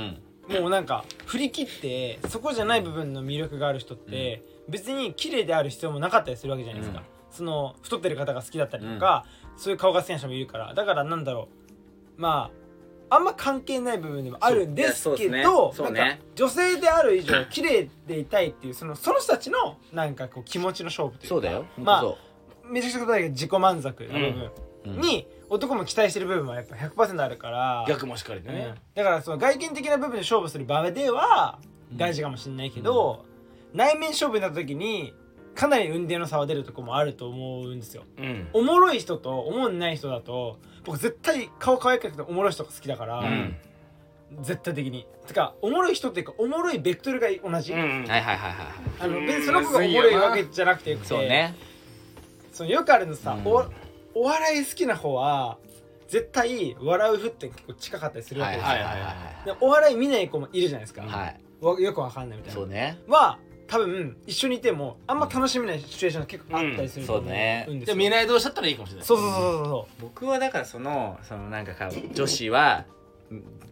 もうなんか振り切ってそこじゃない部分の魅力がある人って別に綺麗である必要もなかったりするわけじゃないですか、
うん
その太ってる方が好きだったりとか、そういう顔が好きな人もいるからだからなんだろうまああんま関係ない部分でもあるんです
そう
けど
いやそうですねそうね
なんか女性である以上綺麗でいたいっていうそのその人たちのなんかこう気持ちの勝負というか
そうだよ
まあ
ほんと
めちゃくちゃ答えが自己満足な部
そう
分
うん
に、男も期待してる部分はやっぱ100%あるから
逆もしかりでね、
だからその外見的な部分で勝負する場では
うん
大事かもしれないけど、内面勝負になった時にかなり運転の差は出るとこもあると思うんですよ
うん
おもろい人とおもんない人だと僕絶対顔可愛くなくておもろい人が好きだから、
うん
絶対的にてかおもろい人っていうかおもろいベクトルが同じ、
うん
はいはいはいはい
あの別
うん
にその子がおもろいわけじゃなくてよくて
そうね
そのよくあるのさ、
うん
おお笑い好きな方は絶対笑うふって結構近かったりするわ
は
け
い
ですよ、
はいはい
でお笑い見ない子もいるじゃないですか、
はいはい
わよくわかんないみたい
そ
な
うね
は多分一緒にいてもあんま楽しめないシチュエーションが結構あったりすると思うん
そうね
うんです
じゃ
よ
あ見ないどうしちゃったらいいかもしれない
そうそうそうそ
僕はだからそのそのなんかか女子は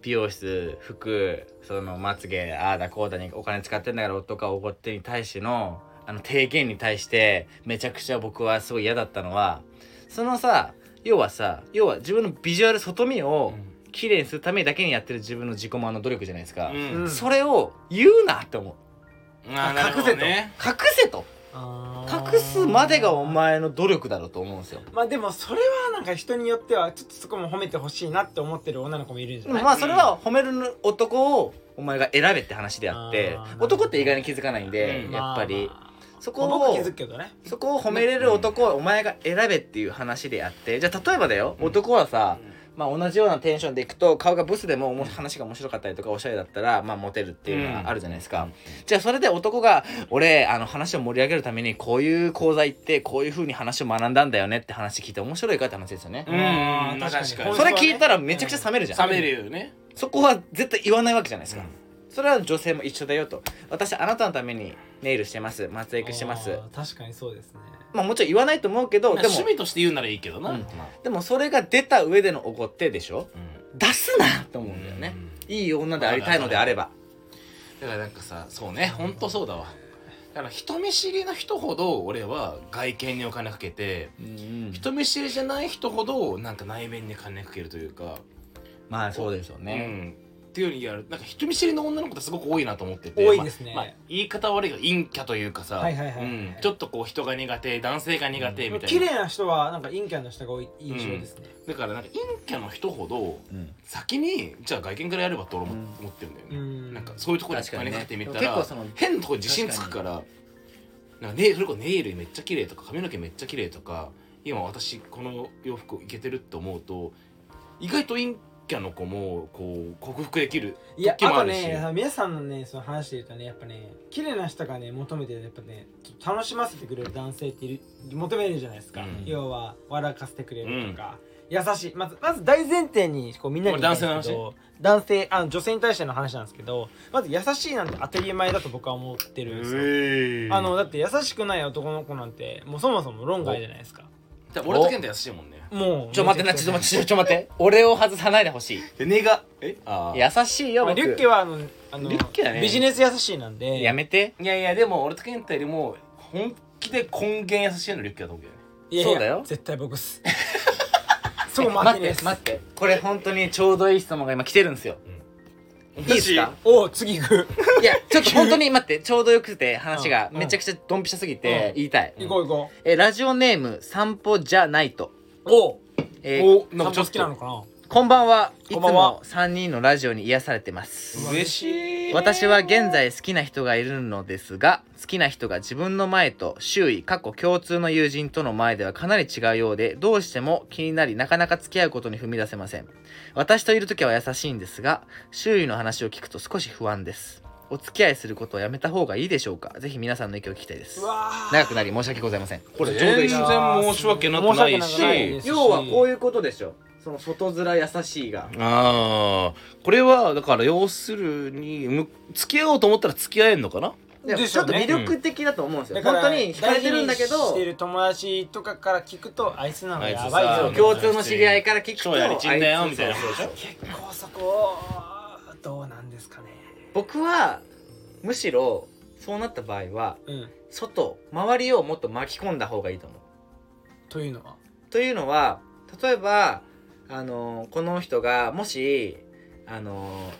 美容室服そのまつげああだこうだにお金使ってんだから男はおごってに対してのあの提言に対してめちゃくちゃ僕はすごい嫌だったのはそのさ要はさ要は自分のビジュアル外見を綺麗にするためだけにやってる自分の自己満の努力じゃないですか、
うん
うん
それを言うなって思う
あーなるほどね
隠せと
う
隠すまでがお前の努力だろうと思うんですよ
まあでもそれはなんか人によってはちょっとそこも褒めてほしいなって思ってる女の子もいるんじゃない、
まあそれは褒める男をお前が選べって話であって
あー
男って意外に気づかないんで
うん
やっぱり
まあまあ
そこ
まあ僕
を
気づくけどね
そこを褒めれる男をお前が選べっていう話であってじゃあ例えばだよ
うん
男はさまあ同じようなテンションでいくと顔がブスでもおも話が面白かったりとかおしゃれだったらまあモテるっていうのはあるじゃないですかじゃあそれで男が俺あの話を盛り上げるためにこういう講座行ってこういう風に話を学んだんだよねって話聞いて面白いかって話ですよね
うん
あー
確かに
本当
そ
は
れ
ね
聞いたらめちゃくちゃ冷めるじゃん
冷めるよね
そこは絶対言わないわけじゃないですか、それは女性も一緒だよと私あなたのためにネイルしてます松
メ
エクしてます
確かにそうですね
まあもちろん言わないと思うけど
まあ
でも
趣味として言うならいいけどな
うんでもそれが出た上でのおごってでしょ出すなと思うんだよね、いい女でありたいのであれば
だからなんかさそうねほんとそうだわだから人見知りの人ほど俺は外見にお金かけて
うん
人見知りじゃない人ほどなんか内面に金かけるというか、
まあそうでしょう
う
ね、
んっていうようにやるなんか人見知りの女の子ってすごく多いなと思ってて
多いですね
まあまあ言い方悪いが陰キャというかさ、
はいはいはい
うんちょっとこう人が苦手男性が苦手みたい
綺
な、
麗な人はなんか陰キャの人が多い印象ですね、
だからなんか陰キャの人ほど
うん
先にじゃあ外見からやればと俺も
うん
思ってるんだよ
う
ね、
ん
なんかそういうところにお金かけてみたら、
確かにねでも結構その
変なとこに自信つくからなんかねそれこそネイルめっちゃ綺麗とか髪の毛めっちゃ綺麗とか今私この洋服いけてるって思うと意外と陰キャの子もこう克服できる
いや
時
あ
もあ
と
るし
ね皆さんのねその話で言うとねやっぱね綺麗な人がね求めてるやっぱねちょっと楽しませてくれる男性っている求めるじゃないですか、
うん
要は笑かせてくれるとか、優しいまずまず大前提にこうみんなに
これ男性の話
言いたいんですけど男性あの女性に対しての話なんですけどまず優しいなんて当たり前だと僕は思ってるんですよ、あのだって優しくない男の子なんてもうそもそも論外じゃないですか
だから俺と健太優しいもんね
もう
ちょ待ってなちょっと待ってちょっと待って俺を外さないでほしい
根がえあいや
優しいよ
まあ
僕
リュッケはあのあの
リュッケはね
ビジネス優しいなんで
やめて
いやいやでも俺と健太よりも本気で根源優しいのリュッキーだと思うけどね
いやいや
そうだよ
絶対僕 っすそこ負
待
け
っ
で
て
す
待ってこれ本当にちょうどいい質問が今来てるんですよいいですか
おう次行く
いやちょっと本当に待ってちょうどよくて話がめちゃくちゃドンピシャすぎて
うん
言いたい
行こう行こ
えラジオネーム散歩じゃないと
うおう
えー
お
な
な
か
んんか
ち
ち
ょ
ょ
っと好
っ
きなの
と
かな
こんばんは。いつ
こんばんは
も3人のラジオに癒されてます。
嬉しい
私は現在好きな人がいるのですが、好きな人が自分の前と周囲、過去共通の友人との前ではかなり違うようで、どうしても気になりなかなか付き合うことに踏み出せません。私といる時は優しいんですが、周囲の話を聞くと少し不安です。お付き合いすることをやめた方がいいでしょうかぜひ皆さんの意見を聞きたいです
う。わー
長くなり申し訳ございません。
これ全然申し訳なくない
申
し
し訳なくないです
いうことでしょ。その外面優しいが。
ああこれはだから要するにむ付き合おうと思ったら付き合えんのかな
で
です
ちょ
よ
っと
ね
魅力的だと思うんですよ、
だから
本当に惹かれてるんだけ
大事に
ど
してる友達とかから聞くとあいつなの
あいつさ
やばい
そう
ぞ
共通の知り合いから聞くと
超やりちんだよ
あいつ
みたいな
そうそうそう
結構そこどうなんですかね
僕はむしろそうなった場合は
うん
外周りをもっと巻き込んだ方がいいと思う
というのは
というのは例えばあのこの人がもしあの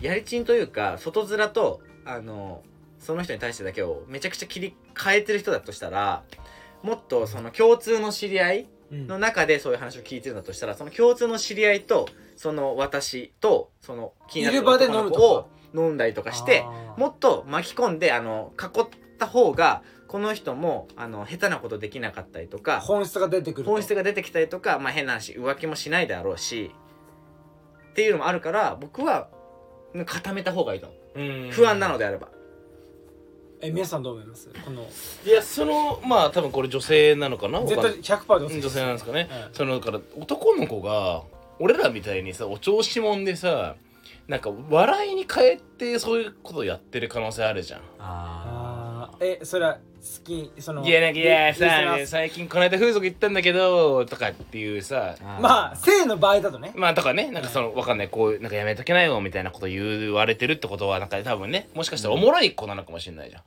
やりちんというか外面とあのその人に対してだけをめちゃくちゃ切り替えてる人だとしたらもっとその共通の知り合い
うん
の中でそういう話を聞いてるんだとしたらその共通の知り合いとその私とその気になる男の子を飲んだりとかして
あー
もっと巻き込んであの囲った方がこの人もあの下手なことできなかったりとか
本質が出てくると
本質が出てきたりとか、まあ、変な話浮気もしないだろうしっていうのもあるから僕は固めた方がいいと思う不安なのであれば。
え皆さんどう思いますこの
いやそのまあ多分これ女性なのかな
絶
他の
対100%でおすすめ
女性なんですかね、
うん
そのだから男の子が俺らみたいにさお調子もんでさなんか笑いに変えてそういうことやってる可能性あるじゃん
あーえそれは好きその
いやなんかいや
リリスナ
さ
ー
最近この間風俗行ったんだけどとかっていうさ
まあ性の場合だとね
まあとかねなんかそのわかんないこういうなんかやめとけないよみたいなこと言われてるってことはなんか多分ねもしかしたらおもろい子なのかもしれないじゃん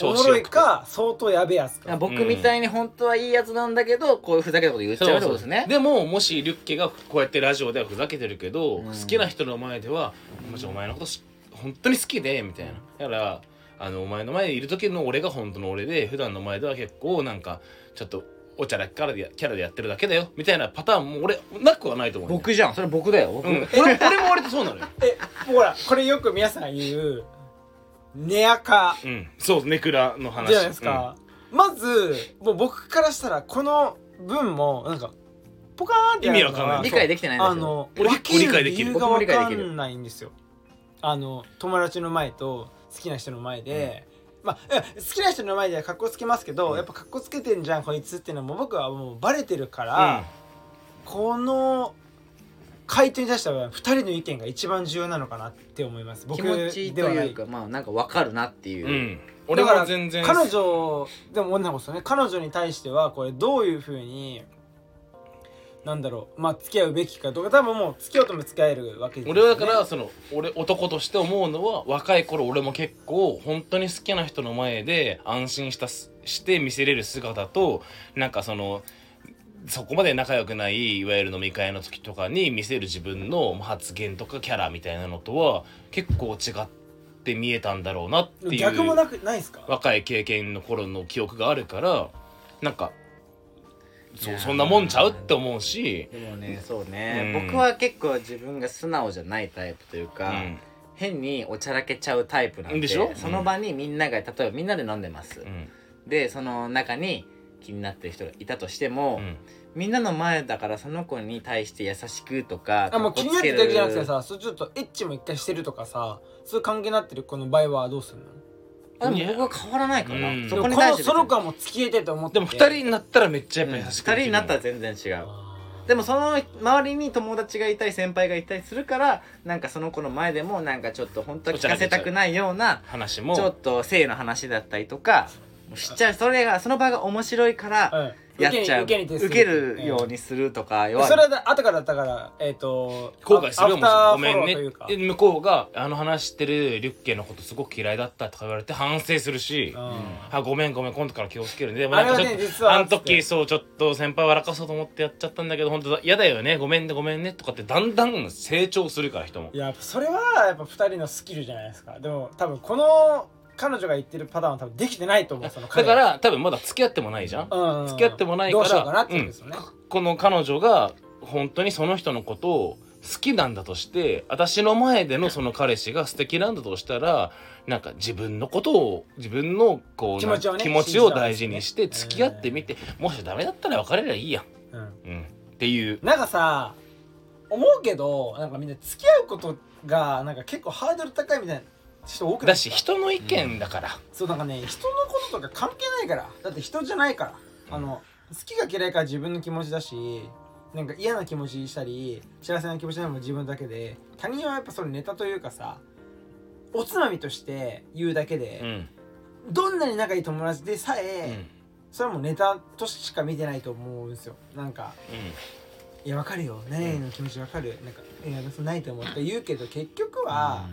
お
調
も
子よ
ろ
く
い
て
か相当やべえやつか
僕みたいに本当はいいやつなんだけど、こういうふざけたこと言っちゃうってことですね。
でももしリュッケがこうやってラジオではふざけてるけど、
うん
好きな人の前では「もしお前のことし本当に好きで」みたいなだからあのお前の前でいる時の俺が本当の俺で普段の前では結構なんかちょっとおちゃらキャラでやキャラでやってるだけだよみたいなパターンも俺なくはないと思う、ね、
僕じゃんそれ僕だよ僕、
うん、 俺俺も割とそうなのよ
えほらこれよく皆さん言うネアカ
うんそうネクラの話
じゃないですか、まずもう僕からしたらこの文もなんかポカーンってるのが
意味わかんない
理解できてないんですよ
あの
俺
分け
理解
る
で
理
きる
由が
僕
わか
も理解でき
んないんですよあの友達の前と好きな人の前で、まあいや好きな人の前では格好つけますけど、やっぱ格好つけてんじゃんこいつっていうのも僕はもうバレてるか
う
ら、この回答に対しては2人の意見が一番重要なのかなって思います
気
僕
持ち
で
と
はない
いうかまあなんかわかるなっていう、
ん、うん、俺も全然
だから彼女でも女の子ですよね彼女に対してはこれどういうふうになんだろうまあ付き合うべきかとか多分もう付き合うとも付き合えるわけですよ
俺はだからその俺男として思うのは若い頃俺も結構本当に好きな人の前で安心したすして見せれる姿となんかそのそこまで仲良くないいわゆる飲み会の時とかに見せる自分の発言とかキャラみたいなのとは結構違って見えたんだろうなっていう
逆もなくないですか
若い経験の頃の記憶があるからなんか
い
そ
や
う
ー
そんなもんちゃうって思うし。
でもねそうね、
うん
僕は結構自分が素直じゃないタイプというか、変におちゃらけちゃうタイプなんで
でしょ
その場にみんなが例えばみんなで飲んでます、
うんうん
でその中に気になってる人がいたとしても、
うん
みんなの前だからその子に対して優しくとか
あもう
か
気
っ
に
こ
な
つ
っ
ける
てるだけじゃなくてさそれちょっとエッチも一回してるとかさそういう関係になってる子の場合はどうするの
あでも僕は変わらないから、
うん
そ
そ
こ
こ
に
の
対して
その子はもう付き合いたいと思って
で
て
も二人になったらめっちゃやっぱ
2
優しく
人になったら全然違うでもその周りに友達がいたり先輩がいたりするからなんかその子の前でもなんかちょっと本当は聞かせたくないような
話
ちょ
も
っと性の話だったりとかしちゃうそれがその場が面白いから
うん
やっちゃう
受けに受けに徹す
受けるようにするとか
うん
弱
それ
い
は後からだったからえっ、と
後悔するよも
ア
ご
フター
め
フォロー
んね
というか、
向こうがあの話してるリュッケのことすごく嫌いだったとか言われて反省するし
うん
あごめんごめん今度から気をつけるねでも
あれ
なんか
は
ちょっ
ね
と
実は
あ
あ
の
って
時そうちょっと先輩笑かそうと思ってやっちゃったんだけど本当だ嫌だよねごめんねごめんねとかってだんだん成長するから人も
いややっぱそれはやっぱ二人のスキルじゃないですかでも多分この彼女が言ってるパターンは多分できてないと思うその
だ
彼
から多分まだ付き合ってもないじゃん
うん
付き合ってもないか
ど
ら
うしようかなってことですよね、
この彼女が本当にその人のことを好きなんだとして私の前でのその彼氏が素敵なんだとしたらなんか自分のことを自分のこう
気持ちをね
なんか気持ちを大事にして
信じたんですね
付き合ってみて、もしダメだったら別れりゃいいや、
うん
うん、っていう
なんかさ思うけどなんかみんな付き合うことがなんか結構ハードル高いみたいな人多くない
だし人の意見だから、
そうなんかね人のこととか関係ないからだって人じゃないからあの好きが嫌いから自分の気持ちだしなんか嫌な気持ちしたり幸せな気持ちなのも自分だけで他人はやっぱそれネタというかさおつまみとして言うだけ
う
で、
ん
どんなに仲いい友達でさえ、
うん
それはもうネタとしか見てないと思うんですよなんかいやわかるよ何々の気持ちわかるなんかいやそうないと思うって言うけど結局は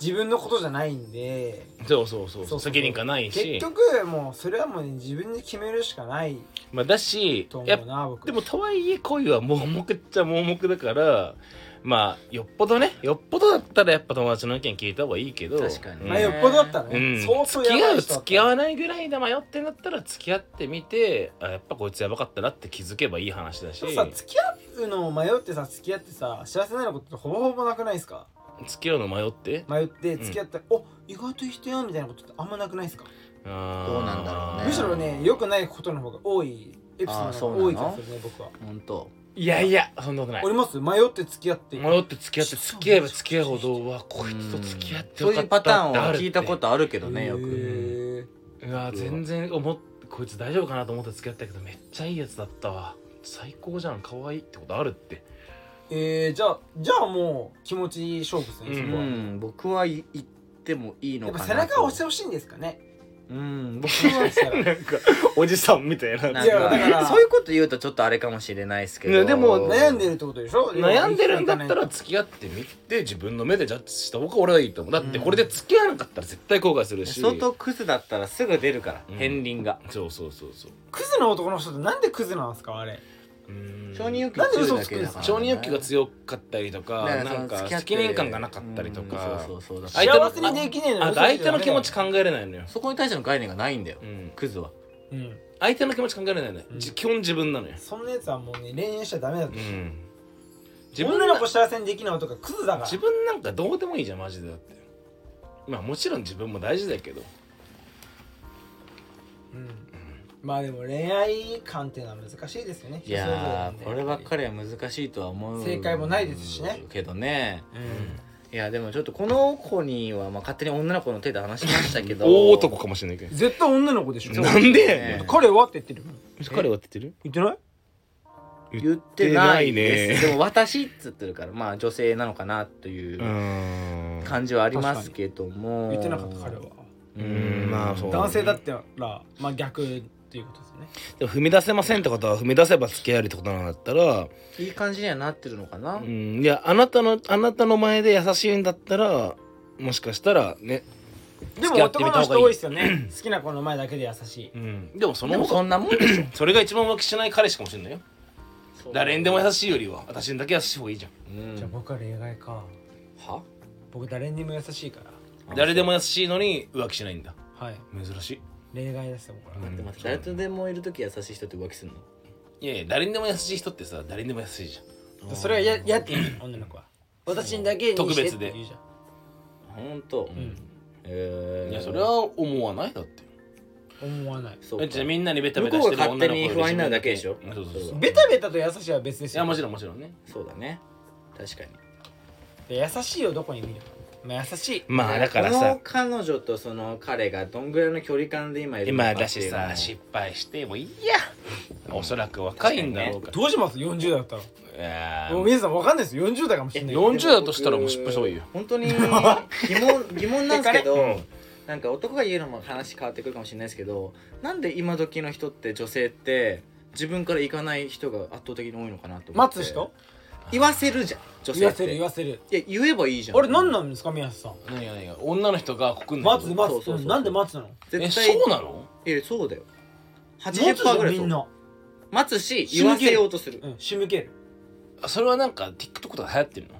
自分のことじゃないんで
うんそうそうそ
そ
う
うそう
責任感ないし
結、局もうそれはもうね自分で決めるしかない
まあ、だし
と
やっ
思うな僕
でもとはいえ恋は盲目っちゃ盲目だからまあよっぽどねよっぽどだったらやっぱ友達の意見聞いた方がいいけど
確かに
うん
まあよっぽどだったら
う
ね
ん、
相
付
当
き
やば
合
いう人だ
付
っ
き合
た
わないぐらいで迷ってんだったら付き合ってみてあやっぱこいつやばかったなって気づけばいい話だし
でもさ付き合うのを迷ってさ付き合ってさ幸せになることってほぼほぼなくないですか
付き合うの迷って
迷って付き合って、お意外といい人やんみたいなことってあんまなくないですか
どうな
どうなんだろうね
むしろね良くないことの方が多いエピソードの方が多い気がするね僕は
本当
いやいやそんなことない
おります迷って付き合って
迷って付き合って付き合えば付き合うほどうわこいつと付き合ってよかったって
そういうパターンを聞いたことあるけどねよ
へ
く
ー
うわ全然思っこいつ大丈夫かなと思って付き合ったけどめっちゃいいやつだったわ最高じゃん可愛いってことあるって
えー、じゃあじゃあもう気持ち勝負ですね、
う
そこは
ん僕はい言ってもいい
や
の
っ
か
ぱ
な
背中を押してほしいんですかね
いうん僕
そうですから
なんかおじさんみたいな
なん
いやだか
からそういうこと言うとちょっとあれかもしれないですけ
いや
ど
でも
悩んでるってことでしょ
悩んでるんだったら付き合ってみて自分の目でジャッジした方が俺はいいと思うだってこれで付き合わなかったら絶対後悔するし、
相当クズだったらすぐ出るから
うん
片鱗が
そうそうそうそう
クズの男の人ってなんでクズなんですかあれ
うーん
承認欲求が強いだけだからね
承認欲求が強かったりとか
だら
な
そ
ん
の
か
付き合って
責任感がなかったりと
うん
か
そうそうそうだから
相手の
幸せにできねえの
あと相手の気持ち考えれないのよ、
そこに対しての概念がないんだよ
うん、
クズは
うん
相手の気持ち考えれないのよ、
うん
じ基本自分なのよ、
そんなやつはもうね恋愛しちゃダメだと、
うん、自
自
分
分
な
女の子幸せにできない男がクズだから
自分なんかどうでもいいじゃんマジでだってまあもちろん自分も大事だけど
うん、まあでも恋愛観っていうのは難しいですよね
いやー
人
こ
そ
れ
ぞ
ば
なん
っ
で
かりは難しいとは思う
正解もないですしね
けどね
うん
いやでもちょっとこの子にはまあ勝手に女の子の手で話しましたけど
大 男かもしれないけど
絶対女の子でしょ
なんでやねん
ね
彼はって言ってるもん
彼は言ってる
言ってない
言ってない
言
で
っ
す
て
でも私っつってるからまあ女性なのかなというう
ーん
感じはありますけども
言ってなかった彼は
う
うんまあそう
男性だったらまあ逆っていうことですね
でも踏み出せませんってことは踏み出せば付き合えるってことなんだったら、
いい感じにはなってるのかな、
うん、いやあなたのあなたの前で優しいんだったらもしかしたらね、
で
付き
も
合ってみ
男
た
の
方がいい
人多いですよね好きな子の前だけで優しい
うん、でもそ
で
の
も
方
そ
が
んなもんでし
それが一番浮気しない彼氏かもしれないよ
ょ
誰にでも優しいよりは私にだけ優しい方がいいじゃん
うん
じゃあ僕は恋愛か
は
僕誰にも優しいから
誰でも優しいのに浮気しないんだ
はい
珍しい
例外ですよ僕は
待って待って誰とでもいる時優しい人って浮気するの
いやいや誰にでも優しい人ってさ誰にでも優しいじゃん
それはややって言うじゃん 女の子は私にだけに
特
して
別
っ
で
て言うじゃん
ほんと、
ん
えー
いやそれは思わないだって
思わない
そう
えじゃあみんなにベタベタ
向
し
こう
てる
が
女
勝手に
の子より
不安になるだけでしょ
うんそうそうそうい
ベタベタと優しいは別ですよ
やもちろんもちろんね
そうだね確かに
で優しいをどこに見るか、まあ、優しい
まあだから
こ
さ
の彼女とその彼がどんぐらいの距離感で今いるのか
今
っていう
だし
の
さ
も
失敗してもいいやおそらく若いんだろうから
どうします40代だったら
いや
もう
ー
皆さんわかんないですよ40代かもしれないけど
40だとしたらもう失敗した方がいいよ
本 当に疑問疑問なんですけ
う
ど
ん
なんか男が言うのも話変わってくるかもしれないですけどなんで今時の人って女性って自分から行かない人が圧倒的に多いのかなと思って
待つ人
言わせるじゃん女
言
性
わ
って
せる言わせる
いや言えばいいじゃん
あれ何なんですか宮下さん
何が何が女の人がこくんだ
待
け
つ
ど
待
そう
つ
そううそうん
なんで待つの
え
絶対
そうなの
いやそうだよ
持つじ
80%ぐ
ゃ
らい
んみ
そ
ん
う
な
待つし言わせようとする
うん仕向ける
あそれはなんか TikTok とか流行ってるの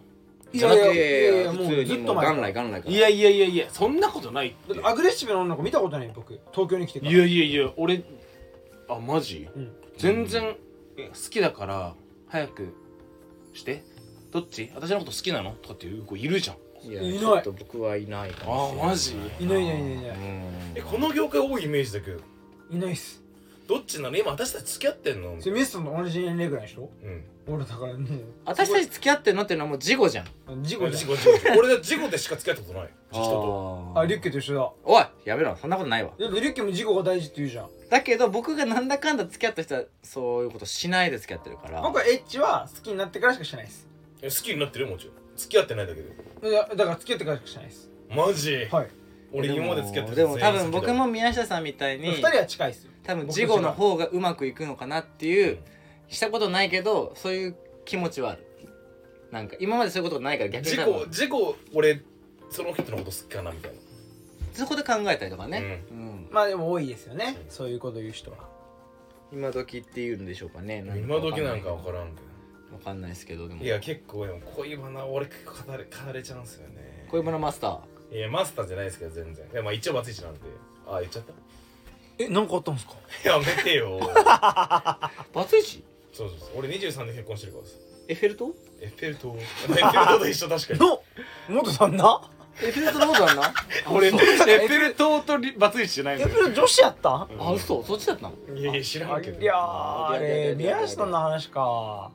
い
じゃなく
やい
て
やいやいやも
普
う
通
ず
に
っ
も
と
う
前
元来元来から
いやいやいやいやそんなことないって
だってアグレッシブな女の子見たことない僕東京に来てから
いやいやいや俺あマジ
うん
全然え好きだから早くしてどっち私のこと好きなのとかっていう子いるじゃん
いや
いない
ちょっと僕はいないかもしれない
あマジ
いないいないいないいない
えこの業界多いイメージだけど
いないっす
どっちなの今私たち付き合ってんの
それミスさんと同じ年齢ぐらいでしょ
うん
俺だからね
私たち付き合ってるのっていうのはもう事後じゃん
事故
俺
だ
事故事 故俺だ事故でしか付き合ったことない人と
あリュッケと一緒だ
おいやめろそんなことないわ
だってリュッケも事故が大事って言うじゃん
だけど僕がなんだかんだ付き合った人はそういうことしないで付き合ってるから
僕はエッチは好きになってからしかしてないです
え好きになってるよもちろん付き合ってないだけで
いやだから付き合ってからしかしてないです
マジ
はい
俺今まで付き合って
でも多分僕も
好き
宮下さんみたい
二
に
人は近いっすよ
多分
僕
事
と
後の方がうまくいくのかなって
だ
いうしたことないけどそういう気持ちはあるなんか今までそういうことないから逆に
事
多
故
分
事故俺その人のこと好きかなみたいな
そこで考えたりとかね、うん
まあでも多いですよねそういうこと言う人は
今時っていうんでしょうかねなんか
今時なんか
わ
分からんけ
わかんないですけどでも
どいや結構でも恋バナ俺語れ語れちゃうんすよね
恋バナマスター
いやマスターじゃないですけど全然いやまあ一応バツイチなんであ言っちゃった
えなんかあったんですか
やめてよ
バツイチ
そうそうそう俺23で結婚してるからさ
エッフェル塔
エッフェル塔エッフェル塔と一緒確かに
の元旦 那
エッフェル塔のことあんな
俺エ
あ
ッフェル塔とリバツイチじゃないん
エ
だ
プ
よ
ロ女子やった
嘘あ嘘そっちだったの
いやいや知らんけど
いやーあれ宮下の話か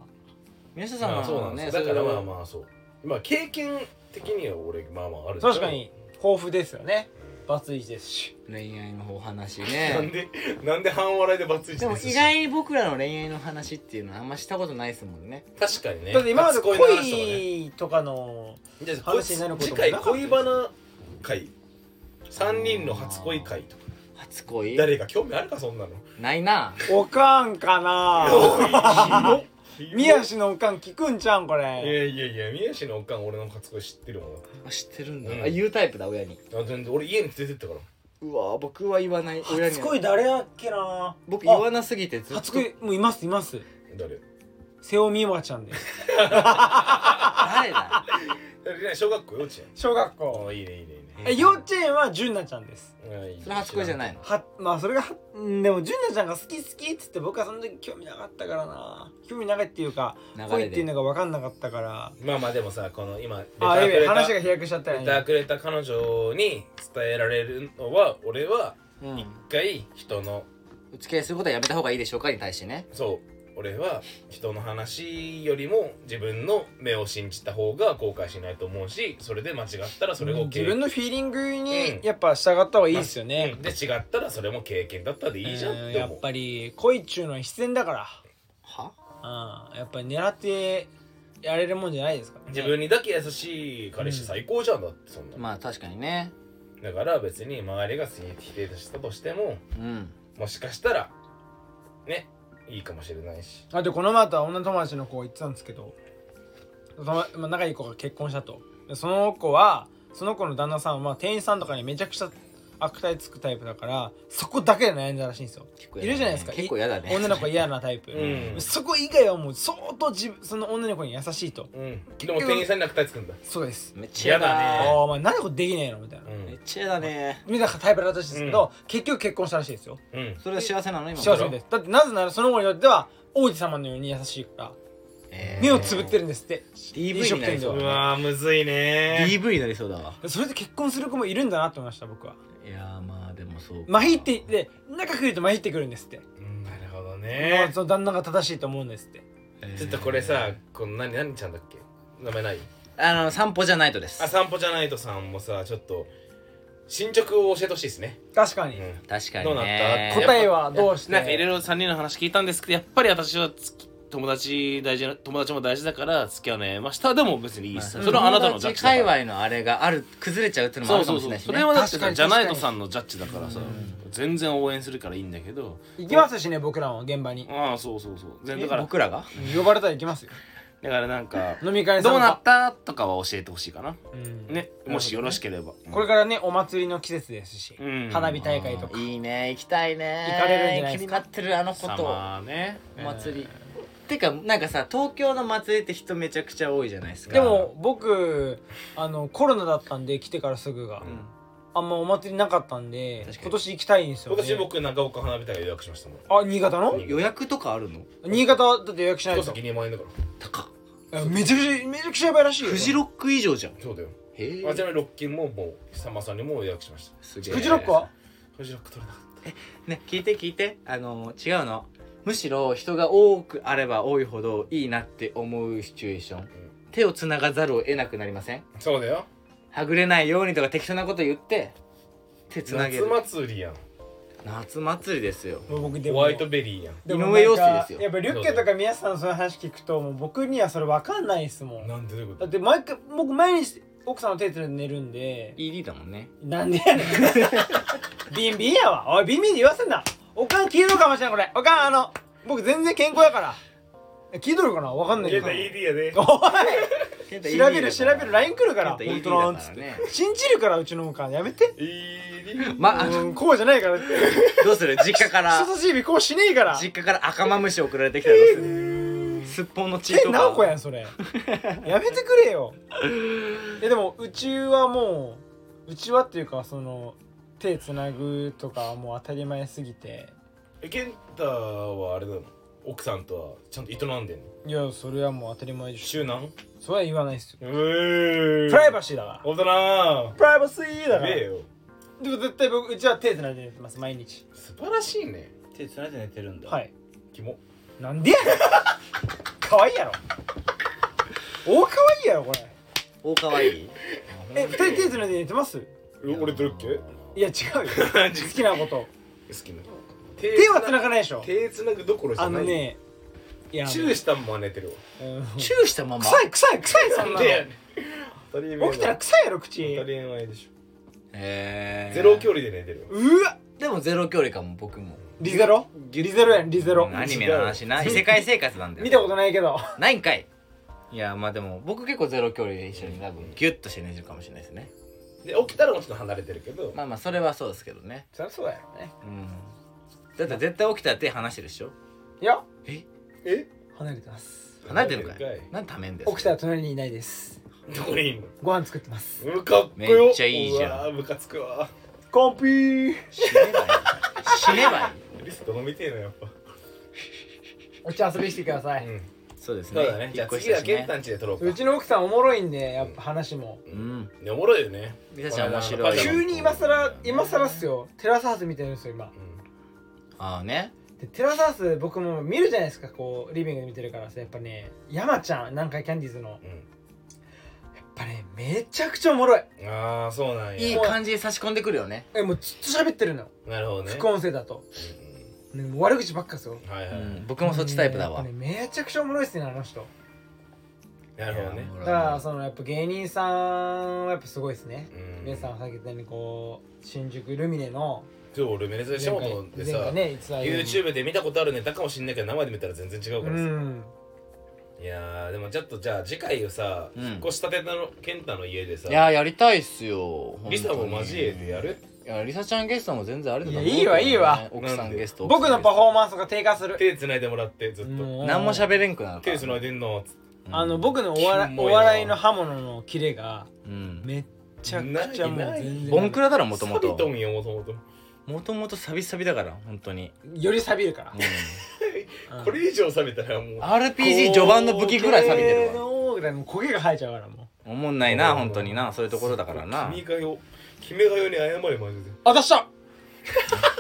宮下さん
まあ
は
そうなんで
ね
すよだからまあ
あ
まあそうまあ経験的には俺まあまあある
確かに豊富ですよねバツイチですし
恋愛のお話
なん
ね
でなんで半笑いでバツイチ
でも
すし
意外に僕らの恋愛の話っていうのはあんましたことないですもんね
確かにね
だって今まで
初恋の話とかね
恋とかの
じゃあ
話になることもな
次回
かった
恋バナ会3人の初恋会とか
初恋
誰か興味あるかそんなの
ないな
おかんか な 宮下のおかん聞くんちゃうんこ
い
れ
やいやいや宮氏のおかん俺の初恋知ってるもん
あ知ってるんだ、
うん
あ言うタイプだ親に
あ全然俺家に連れてったから
うわ僕は言わない親に
初恋誰やっけな
僕言
あ
わなすぎてずっと
初恋もういますいます
誰
瀬尾美和ちゃんです
誰 だ
誰小学校幼稚園
小学
あ
校
あいいねいいねいいね
え幼稚園は純奈ちゃんです
それ初恋じゃないいの
はまあそれがはうんでも純奈ちゃんが好き好きっつって僕はその時興味なかったからな興味なかったっていうか
流
恋
れ
っていう
で
のが分かんなかったから
まあまあでもさこの今レタ
あ
ー
や
く
べえ
れた
話が飛躍しちゃった
レター
よ
くれた彼女に伝えられるのは俺は
うん
一回人の
お付き合いすることはやめた方がいいでしょうかに対してね
そう俺は人の話よりも自分の目を信じた方が後悔しないと思うしそれで間違ったらそれが OK
自分のフィーリングに
うん
やっぱ従った方がいいですよね、
うんで違ったらそれも経験だったでいいじゃん
うん
って
や
思
っ
う
ぱり恋っちゅうのは必然だか
は
ら、うん、やっぱり狙ってやれるもんじゃないですからね、
自分にだけ優しい彼氏最高じゃんだってそんな、
まあ確かにね
だから別に周りが否定したとしても
うん
もしかしたらねいいかもしれないし
あとこの前とは女友達の子が言ってたんですけどその、まあ、仲いい子が結婚したとでその子はその子の旦那さんは、まあ、店員さんとかにめちゃくちゃ悪態つくタイプだからそこだけで悩んだらしいん ですよ
結構
いるじゃないですか
結構嫌だね
女の 子嫌なタイプ、
うん
そこ以外はもう相当自分その女の子に優しいと
うんでも店員さんに悪態つくんだ
そうです
めっちゃ嫌だ
あ
ね
嫌だね
あお前なんでこれできねえのみたいな、
うん
めっちゃ嫌だね
みたいなタイプだったらしいですけど、結局結婚したらしいですよ
うん
それは幸せなの今
幸せですだってなぜならその子によっては王子様のように優しいから
えー
目をつぶってるんですって、飲
DV
食
になり
店で
そう
は
う
だ
わーむずいね
DV になりそうだわ
それで結婚する子もいるんだなと思いました僕はい
やーまあででもそうか
まひってで中来るとまひってくるんですって、
うんなるほど
もう
ね
その旦那が正しいと思うんですって
ちょっとこれさこの何何ちゃんだっけ名前ない
あの散歩じゃないとです
あ散歩じゃないとさんもさちょっと進捗を教えてほしいですね、
確か
う
に、
ん
確か
どう
に
なっ
ね
た
答えはどうして
なんかいろいろ3人の話聞いたんですけどやっぱり私はつき友達大事な友達も大事だから付き合うのやめましたでも別にいいっす、
ま
それはあなたのジャ
友
ッ
達
ジだか
界
ら
隈のあれがある崩れちゃうっていうのもあ
そう
るか
そ
も
う
し
そ
れ
う、
ないし
そ
ね
れ
確か
はだってさ
に
ジャナイトさんのジャッジだからさ、全然応援するからいいんだけど
行きますしね僕らも現場に
ああそうそうそう全
え
だから
僕らが
呼ばれたら行きますよ
だからなんか
飲み会に参加
どうなったとかは教えてほしいかな
うん
ねもしよろしければ、
これからねお祭りの季節ですし、
うん
花火大会とか
いいね行きたいね
行かれるんじゃないで
気
すか
になってるあのこ
さ
と
まあね
お祭り、てかなんかさ東京の祭りって人めちゃくちゃ多いじゃないですか
でも僕あのコロナだったんで来てからすぐが、あんまお祭りなかったんで
確かに
今年行きたいんですよ、
今
ね、
年僕長岡花火大会予約しましたもん
あ新潟の
新
予約とかあるの
新潟だって予約しない
一
と
席2万円だから
高っ
えめちゃくちゃめちゃくちゃやばいらしいよ
フジロック以上じゃん
そうだよ
へ
あち
え
なみにロッキンももうさんまさんにも予約しました
すげえ
フジロックは
フジロック取れなかっ
ね聞いて聞いてあの違うのむしろ人が多くあれば多いほどいいなって思うシチュエーション、手をつながざるを得なくなりません
たそうだよ
はぐれないようにとか適当なこと言って手つなげ
夏
る
祭りやん
夏祭りですよ
僕で
ホ
も
ワイトベリーやん
でも
井上陽水ですよ
なんかやっぱりリュッケとか宮下さんのそういう話聞くともう僕にはそれ分かんないですもんだ
なんでどういうこ
っ
と
て毎回僕毎日奥さんの手つないで寝るんで
ED だもんね
なんでやねんビンビンやわおいビンビンで言わせんなおかん聞いとるかもしれんこれおかんあの僕全然健康やからえ聞いとるかな分かんない
い
け
や
どお
ED やで
い調べる調べる LINE 来るから
本
本当
当
なん
な
っ
ん
つ
つ
っ
ってて
信じるからうちのおかんやめて
ED
まあ
うんこうじゃないからって
どうする実家 から
人差し指こうしねえから
実家から赤マムシ送られてきたらどうするすっぽんの血
手
とか
直子やんそ れやめてくれよえでもうちはもううちはっていうかその手つなぐとかはもう当たり前すぎて
え健太はあれなの奥さんとはちゃんと営んでんの
いやそれはもう当たり前でしょ
週何
それは言わないっすよ
うー
プライバシーだから
大人
プライバシーだ
や
から
べえ
で
よ
も絶対僕うちは手つないで寝てます毎日
素晴らしいね
手つないで寝てるんだ
はい
キモ
なんでやねん 可愛いやろ大可愛いやろこれ
おかわいい
え二人手つないで寝てます
え俺どれっけ好
いや違 うよ好きなこと
きな
手はつながないでしょ
手つなぐどころじ
あ
ゃな
の
い
ねいや
チューしたん真似てるわ
うん
チューしたまま
臭い臭い臭いそんな
でやねん当たり
の
前
起きたら
だ
臭いやろ
当た
口
り前でし
へ
ょ
ー
ゼロ距離で寝てるわ
うわ
でもゼロ距離かも僕も
リゼロ
ギュ
リゼロやんリゼロ
アニメの話な異世界生活なんだよ
見たことないけど
ないんかいいやまあでも僕結構ゼロ距離で一緒に多分ギュッとして寝てるかもしれないですね
で起きたらもうちょっと離れてるけど
まあまあそれはそうですけどね
そりゃそうだよね
うんだって絶対起きたら手離してるでしょ
いや
え
離れてます
離れてるのか
離れ
い
てる
なんためんです
起きたら隣にいないです
どこにいんの
ご飯作ってます
うんかっこよ
めっちゃいいじゃん
うわームカつくわ
コンピー
死ねばいい死ねばいい
リスト飲みてえのやっぱ
お茶遊びしてください
ん
そうです
そ
ね
うだねじゃあ次はケンタんちで撮ろ
う
うか
ちの奥さんおもろいんでやっぱ話も
うん
ねおもろいよね
リサちゃん面白いよ
急に今さら今さらっすよテラスハウス見てるんですよ今
うん
ああね
でテラスハウス僕も見るじゃないですかこうリビングで見てるからさやっぱね山ちゃん南海キャンディーズのやっぱねめちゃくちゃおもろい
うんああそうなんや
いい感じで差し込んでくるよね
えもうずっと喋ってるの
なるほどね
副音声だと、
う
ね、もう悪口ばっかですよ
んはいうはい
ん僕もそっちタイプだわ
やっぱねめちゃくちゃおもろいっすねあの人
なるほど
い
ね
や
だからそのやっぱ芸人さんはやっぱすごいですね
うん
皆さんは先ほどにこう新宿ルミネの
そう俺メレザーショートで
前
さ
回ねいつああいうの
YouTube で見たことあるネタかもしんないけど生で見たら全然違う
う
からさ
ん
いやーでもちょっとじゃあ次回をさ
うん
引っ越したての健太の家でさ
いややりたいっすよ
リサも交えてやる
いやリサちゃんゲストも全然あれだと思う
いやいいわいいわ
奥さんゲスト
僕のパフォー
マ
マンスが低下する
手繋いでもらってずっと
もう
何も喋れんくなるから
手繋いでんのつって
あの僕のお笑い
キ
お
モいな
笑いの刃物のキレが
うん
めっちゃくちゃもう
ない
全然
ボンクラだろもとも
サビと
と
んよもともと
もともとサビサビだから本当に
より錆びるから、うん
これ以上錆びたらもう
RPG 序盤の武器ぐらい錆びてるわ
わぐらいもう焦げが生えちゃうからもう
おもんないな本当になそういうところだからな
君がよ君がよに謝れマジで
あ出した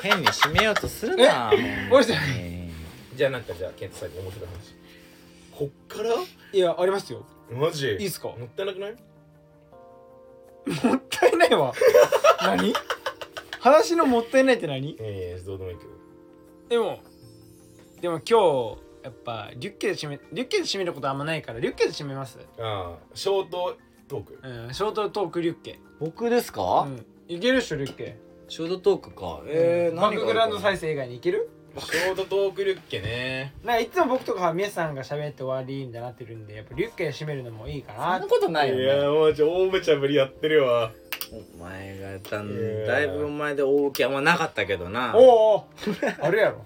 変に締めようとするな
おいしい
じゃあなんかじゃあケント最後面白い話こっから
いやありますよ
マジ
いいっすか
もったいなくない
もったいないわ何話のもったいないって何
いやいやどうでもいいけど
でもでも今日やっぱリュッケで締めリュッケで締めることあんまないからリュッケで締めます
ああショートトーク
うんショートトークリュッケ
僕ですか、
うんいけるっしょリュッケ
ショートトークかえー、
バッ
が
クグラウンド再生以外にいける
ショートトークリュッケね
なんかいつも僕とかは皆さんが喋って終わりみたいになってるんでやっぱリュッケで締めるのもいいか
そん
な
なことないよね
マジ大めちゃぶりやってるわ
お前がやった
いや
んだいぶ前で大きいあんまなかったけどな
おうおう あるやろ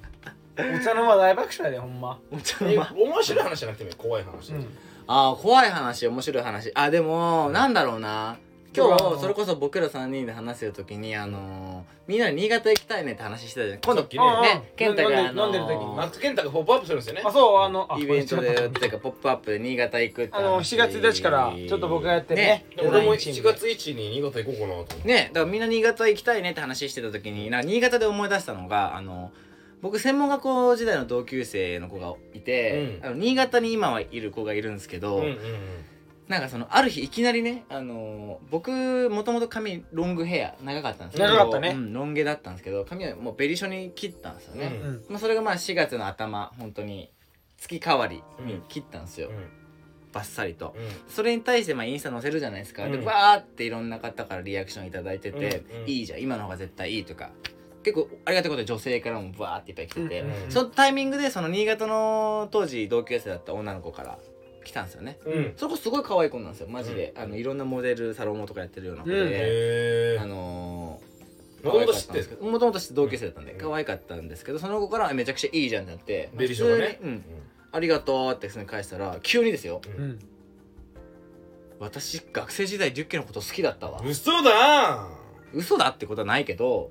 お茶の間大爆笑やでほんま
お茶の
え
間
面白い話じゃなくてもいい怖い話、
うん
あー怖い話面白い話あでもなんだろうな今日それこそ僕ら3人で話してる時にあのー、みんなで新潟行きたいねって話してたじゃん今度
さっきね
ああ
ね健太があ
飲
の
んでる時
マック・ケンタがポップアップするんですよね
あそうあのあ
イベント
これちょ
で
っと
っていうかポップアップで新潟行くって
あの7月1日からちょっと僕がやってるね
で俺も
チーム
1月1に新潟行こうかなと思って
ねだからみんな新潟行きたいねって話してた時になんか新潟で思い出したのがあの僕専門学校時代の同級生の子がいて、
うん
あの新潟に今はいる子がいるんですけど、
うんうんうん
なんかそのある日いきなりね、あのー僕もともと髪ロングヘア長かったんですけど
長かったね
うんロン毛だったんですけど髪はもうベリショに切ったんですよね、
う
うん
まあ、それがまあ4月の頭本当に月替わりに切ったんですよ、
う
バッサリと
んうん
それに対してまあインスタ載せるじゃないですか、
う
で
ん
バーっていろんな方からリアクションいただいてて「
うんうん
いいじゃん今の方が絶対いい」とか結構ありがたいことで女性からもバーっていっぱい来てて、
うん
うん
そのタイミングでその新潟の当時同級生だった女の子から来たんですよね
うん
そこすごい可愛い子なんですよマジで、
うん
あのいろんなモデルサロンもとかやってるような子
うん
で、
へ
あ
え
のー
もともと知ってるんですか
もともと同級生だったんで
うん
可愛かったんですけどその子からめちゃくちゃいいじゃんってなって
ベリショがね
普通にうん、ありがとうって普通に返したら急にですよ
う
うんん
私学生時代1 0キロのこと好きだったわ
嘘だ
嘘だってことはないけど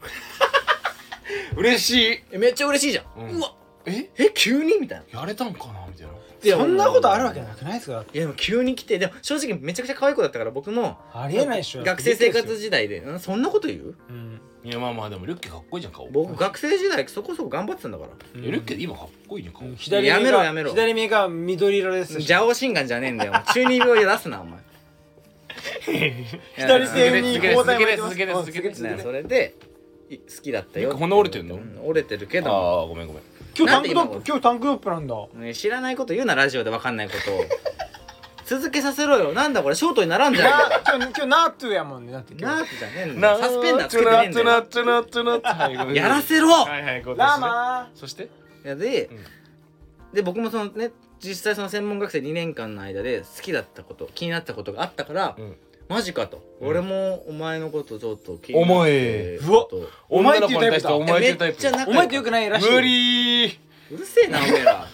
嬉しい
えめっちゃ嬉しいじゃん、
う
うんわ
え
え急にみたいな
やれたんかなみたいな
そんなことあるわけ
い
なくないですか
いやでも急に来てでも正直めちゃくちゃ可愛い子だったから僕も
ありえないでしょ
学生生活時代でうんそんなこと言う
うん
いやまあまあでもリュッケかっこいいじゃん顔
僕学生時代そこそこ頑張ってたんだから
うん
いやリュッケ今かっこいいじゃん顔
うん左目が
やめろやめろ
左目が緑色ですし
邪王心眼じゃねえんだよ中二病で出すなお 前
左線に包
包
帯
帯
巻い
け
て
て
ま
続
す
けて続けて
うん続けて続けて
それでい好きだったよ
なんか骨折れてんの
う折れてるけども
ああごめんごめん
今日タンクト
なんで今
ップ今日タンクトップなんだ
ね知らないこと言うなラジオで分かんないことを続けさせろよなんだこれショートにならんじゃん
な今日今日ナートゥやもんねだって今
なー
日
ってじゃねえんだよサスペンダーつけてねえんだよ
トゥナトゥナトゥナトゥナはいごめん
やらせろ
はいはいごめん
ラーマ
そして
いやで、
うん
で僕もそのね実際その専門学生2年間の間で好きだったこと気になったことがあったから、
うん
マジかと、
うん
俺もお前のことちょっと気になって
お前
ちょっと
お前っていうタイプだ
お
お前って
め
いうタイ
っ
プ
ちゃ仲
お前ってよくないらしい
無理ー
うるせえなお前ら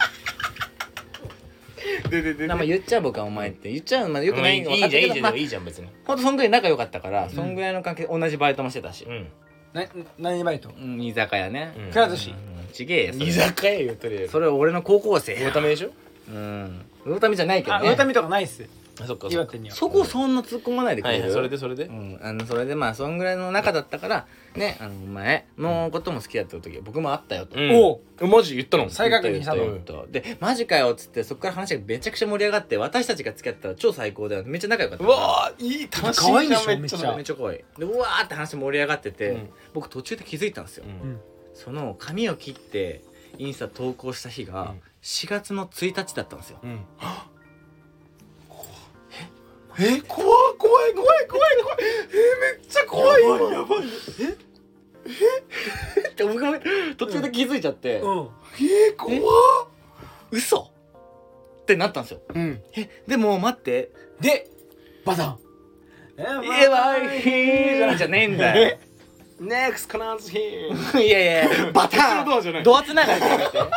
ででで
まあ言っちゃう僕はお前って言っちゃうまあよくないの分
いい
か
じゃ
ったけ
んいい
ど
じ
ま
ゃ
あ
んいいじゃん別に
ほんとそんぐらい仲良かったから、そんぐらいの関係同じバイトもしてたし
う、ん
な何バイト
うん、居酒屋ね、
うん
くら寿司
うんちげえよそ
居
れ
酒屋よとりあえず
それ俺の高校生
おためでしょ
うんうたみじゃないけど
あ
ね
上見とかないっす
あそっかそ
岩
っか
手には
そこをそんな突っ込まないでく
は
れ
い
る、
はいそれでそれで
うん、あのそれでまあそんぐらいの中だったからねあのお前のことも好きだった時は僕もあったよと、
うん
おう
えマジ言ったの
再確認した
言
の
っと言っとでマジかよっつってそっから話がめちゃくちゃ盛り上がって私たちが付き合ったら超最高だよめっちゃ仲良かった
う
から
わーいい楽しい
可愛いでしょ
じゃんめっち
めっちゃ
ゃ
めっちゃ怖いでうわーって話盛り上がってて、
うん
僕途中で気づいたんですよ、
うん
うん
その髪を切ってインスタ投稿した日
う
が
ん
4月の1日だったんですよ
うんえ怖い怖い怖い怖い怖いえめっちゃ怖い今やばい
って僕も途中で気づいちゃって、
うん
え怖っ
嘘ってなったんですよ
うん
えでも待って
でバタン
「
え
エヴァヒー」じゃねえんだよ
NEXT クランズヒー
いやいやバタン
ドアじゃない
ドアつながりでやめてあ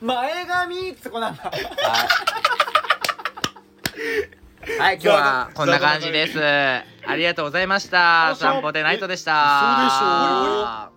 前髪っつってこうなんだ
はい今日はこんな感じですありがとうございました散歩でナイトでした
そうでしょ
う